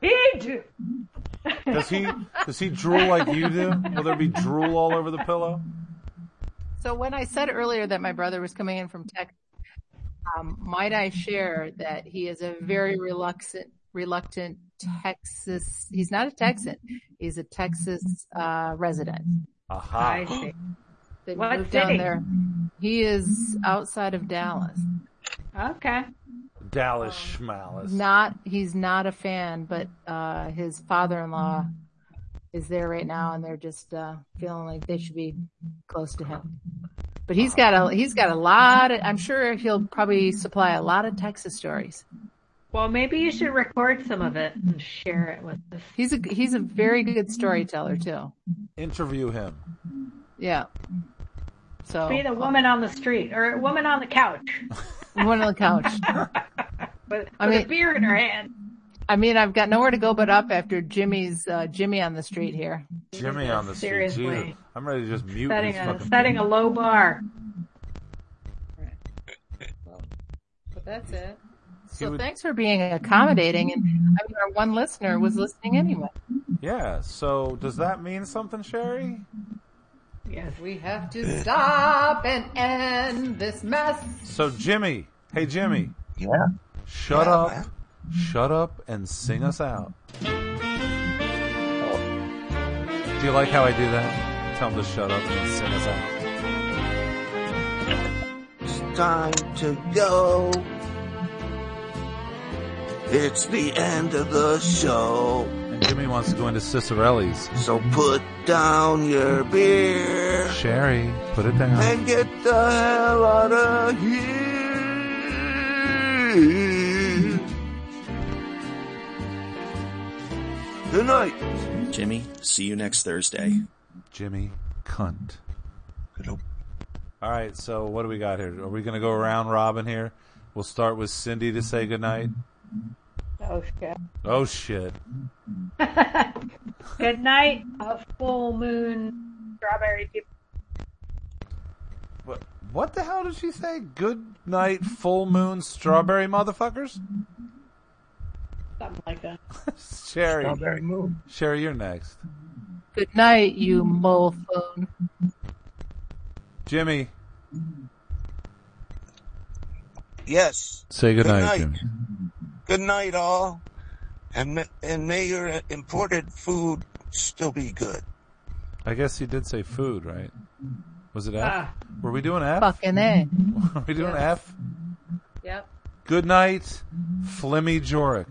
Speaker 8: Huge.
Speaker 1: Does
Speaker 4: (laughs)
Speaker 1: he does he drool like you do? Will there be drool all over the pillow?
Speaker 4: So when I said earlier that my brother was coming in from Texas, um, might I share that he is a very reluctant, reluctant Texas. He's not a Texan. He's a Texas uh, resident.
Speaker 1: Aha.
Speaker 8: see.
Speaker 4: They
Speaker 8: What
Speaker 4: moved
Speaker 8: city?
Speaker 4: down there. He is outside of Dallas.
Speaker 8: Okay.
Speaker 1: Dallas Schmallis.
Speaker 4: Not he's not a fan, but uh, his father-in-law is there right now, and they're just uh, feeling like they should be close to him. But he's got a he's got a lot. Of, I'm sure he'll probably supply a lot of Texas stories.
Speaker 8: Well, maybe you should record some of it and share it with us.
Speaker 4: He's a he's a very good storyteller too.
Speaker 1: Interview him.
Speaker 4: Yeah. So
Speaker 8: Be the woman on the street or woman on the couch
Speaker 4: one on the couch.
Speaker 8: with,
Speaker 4: I
Speaker 8: with a
Speaker 4: mean-
Speaker 8: beer in her hand.
Speaker 4: I mean, I've got nowhere to go but up after Jimmy's uh, Jimmy on the street here.
Speaker 1: Jimmy on the street.
Speaker 8: Seriously.
Speaker 1: Jesus. I'm ready to just mute
Speaker 8: Setting
Speaker 1: his
Speaker 8: a
Speaker 1: fucking
Speaker 8: setting a low bar.
Speaker 4: But that's it.
Speaker 1: He
Speaker 4: So
Speaker 1: would-
Speaker 4: thanks for being accommodating, and I mean, our one listener was listening anyway.
Speaker 1: Yeah, so does that mean something, Sherry?
Speaker 8: Yes.
Speaker 4: We have to stop and end this mess.
Speaker 1: So Jimmy, hey Jimmy,
Speaker 6: Yeah.
Speaker 1: shut
Speaker 6: Yeah,
Speaker 1: up.
Speaker 6: man.
Speaker 1: Shut up and sing us out. Do you like how I do that? Tell him to shut up and sing us out.
Speaker 6: It's time to go. It's the end of the show.
Speaker 1: And Jimmy wants to go into Cicerelli's.
Speaker 6: So put down your beer
Speaker 1: Sherry, put it down.
Speaker 6: and get the hell out of here. Good night.
Speaker 3: Jimmy, see you next Thursday.
Speaker 1: Jimmy Cunt. All right, so what do we got here? Are we going to go around robin here? We'll start with Cindy to say goodnight.
Speaker 8: Oh shit.
Speaker 1: Oh shit.
Speaker 8: Good night, a full moon strawberry people.
Speaker 1: What, what the hell did she say? Good night, full moon, strawberry motherfuckers? (laughs)
Speaker 8: Something like that.
Speaker 1: Sherry. Sherry, you're next.
Speaker 4: Good night, you mole phone.
Speaker 1: Jimmy,
Speaker 3: Yes.
Speaker 1: say
Speaker 3: Good
Speaker 1: goodnight,
Speaker 3: night.
Speaker 1: Jimmy.
Speaker 3: Good night, all. And, ma- and may your imported food still be good.
Speaker 1: I guess he did say food, right? Was it F?
Speaker 2: Ah.
Speaker 1: Were we doing (laughs) F?
Speaker 4: Fucking A.
Speaker 1: Were we doing F?
Speaker 4: Yep.
Speaker 1: Good night, Flimmy Jorick.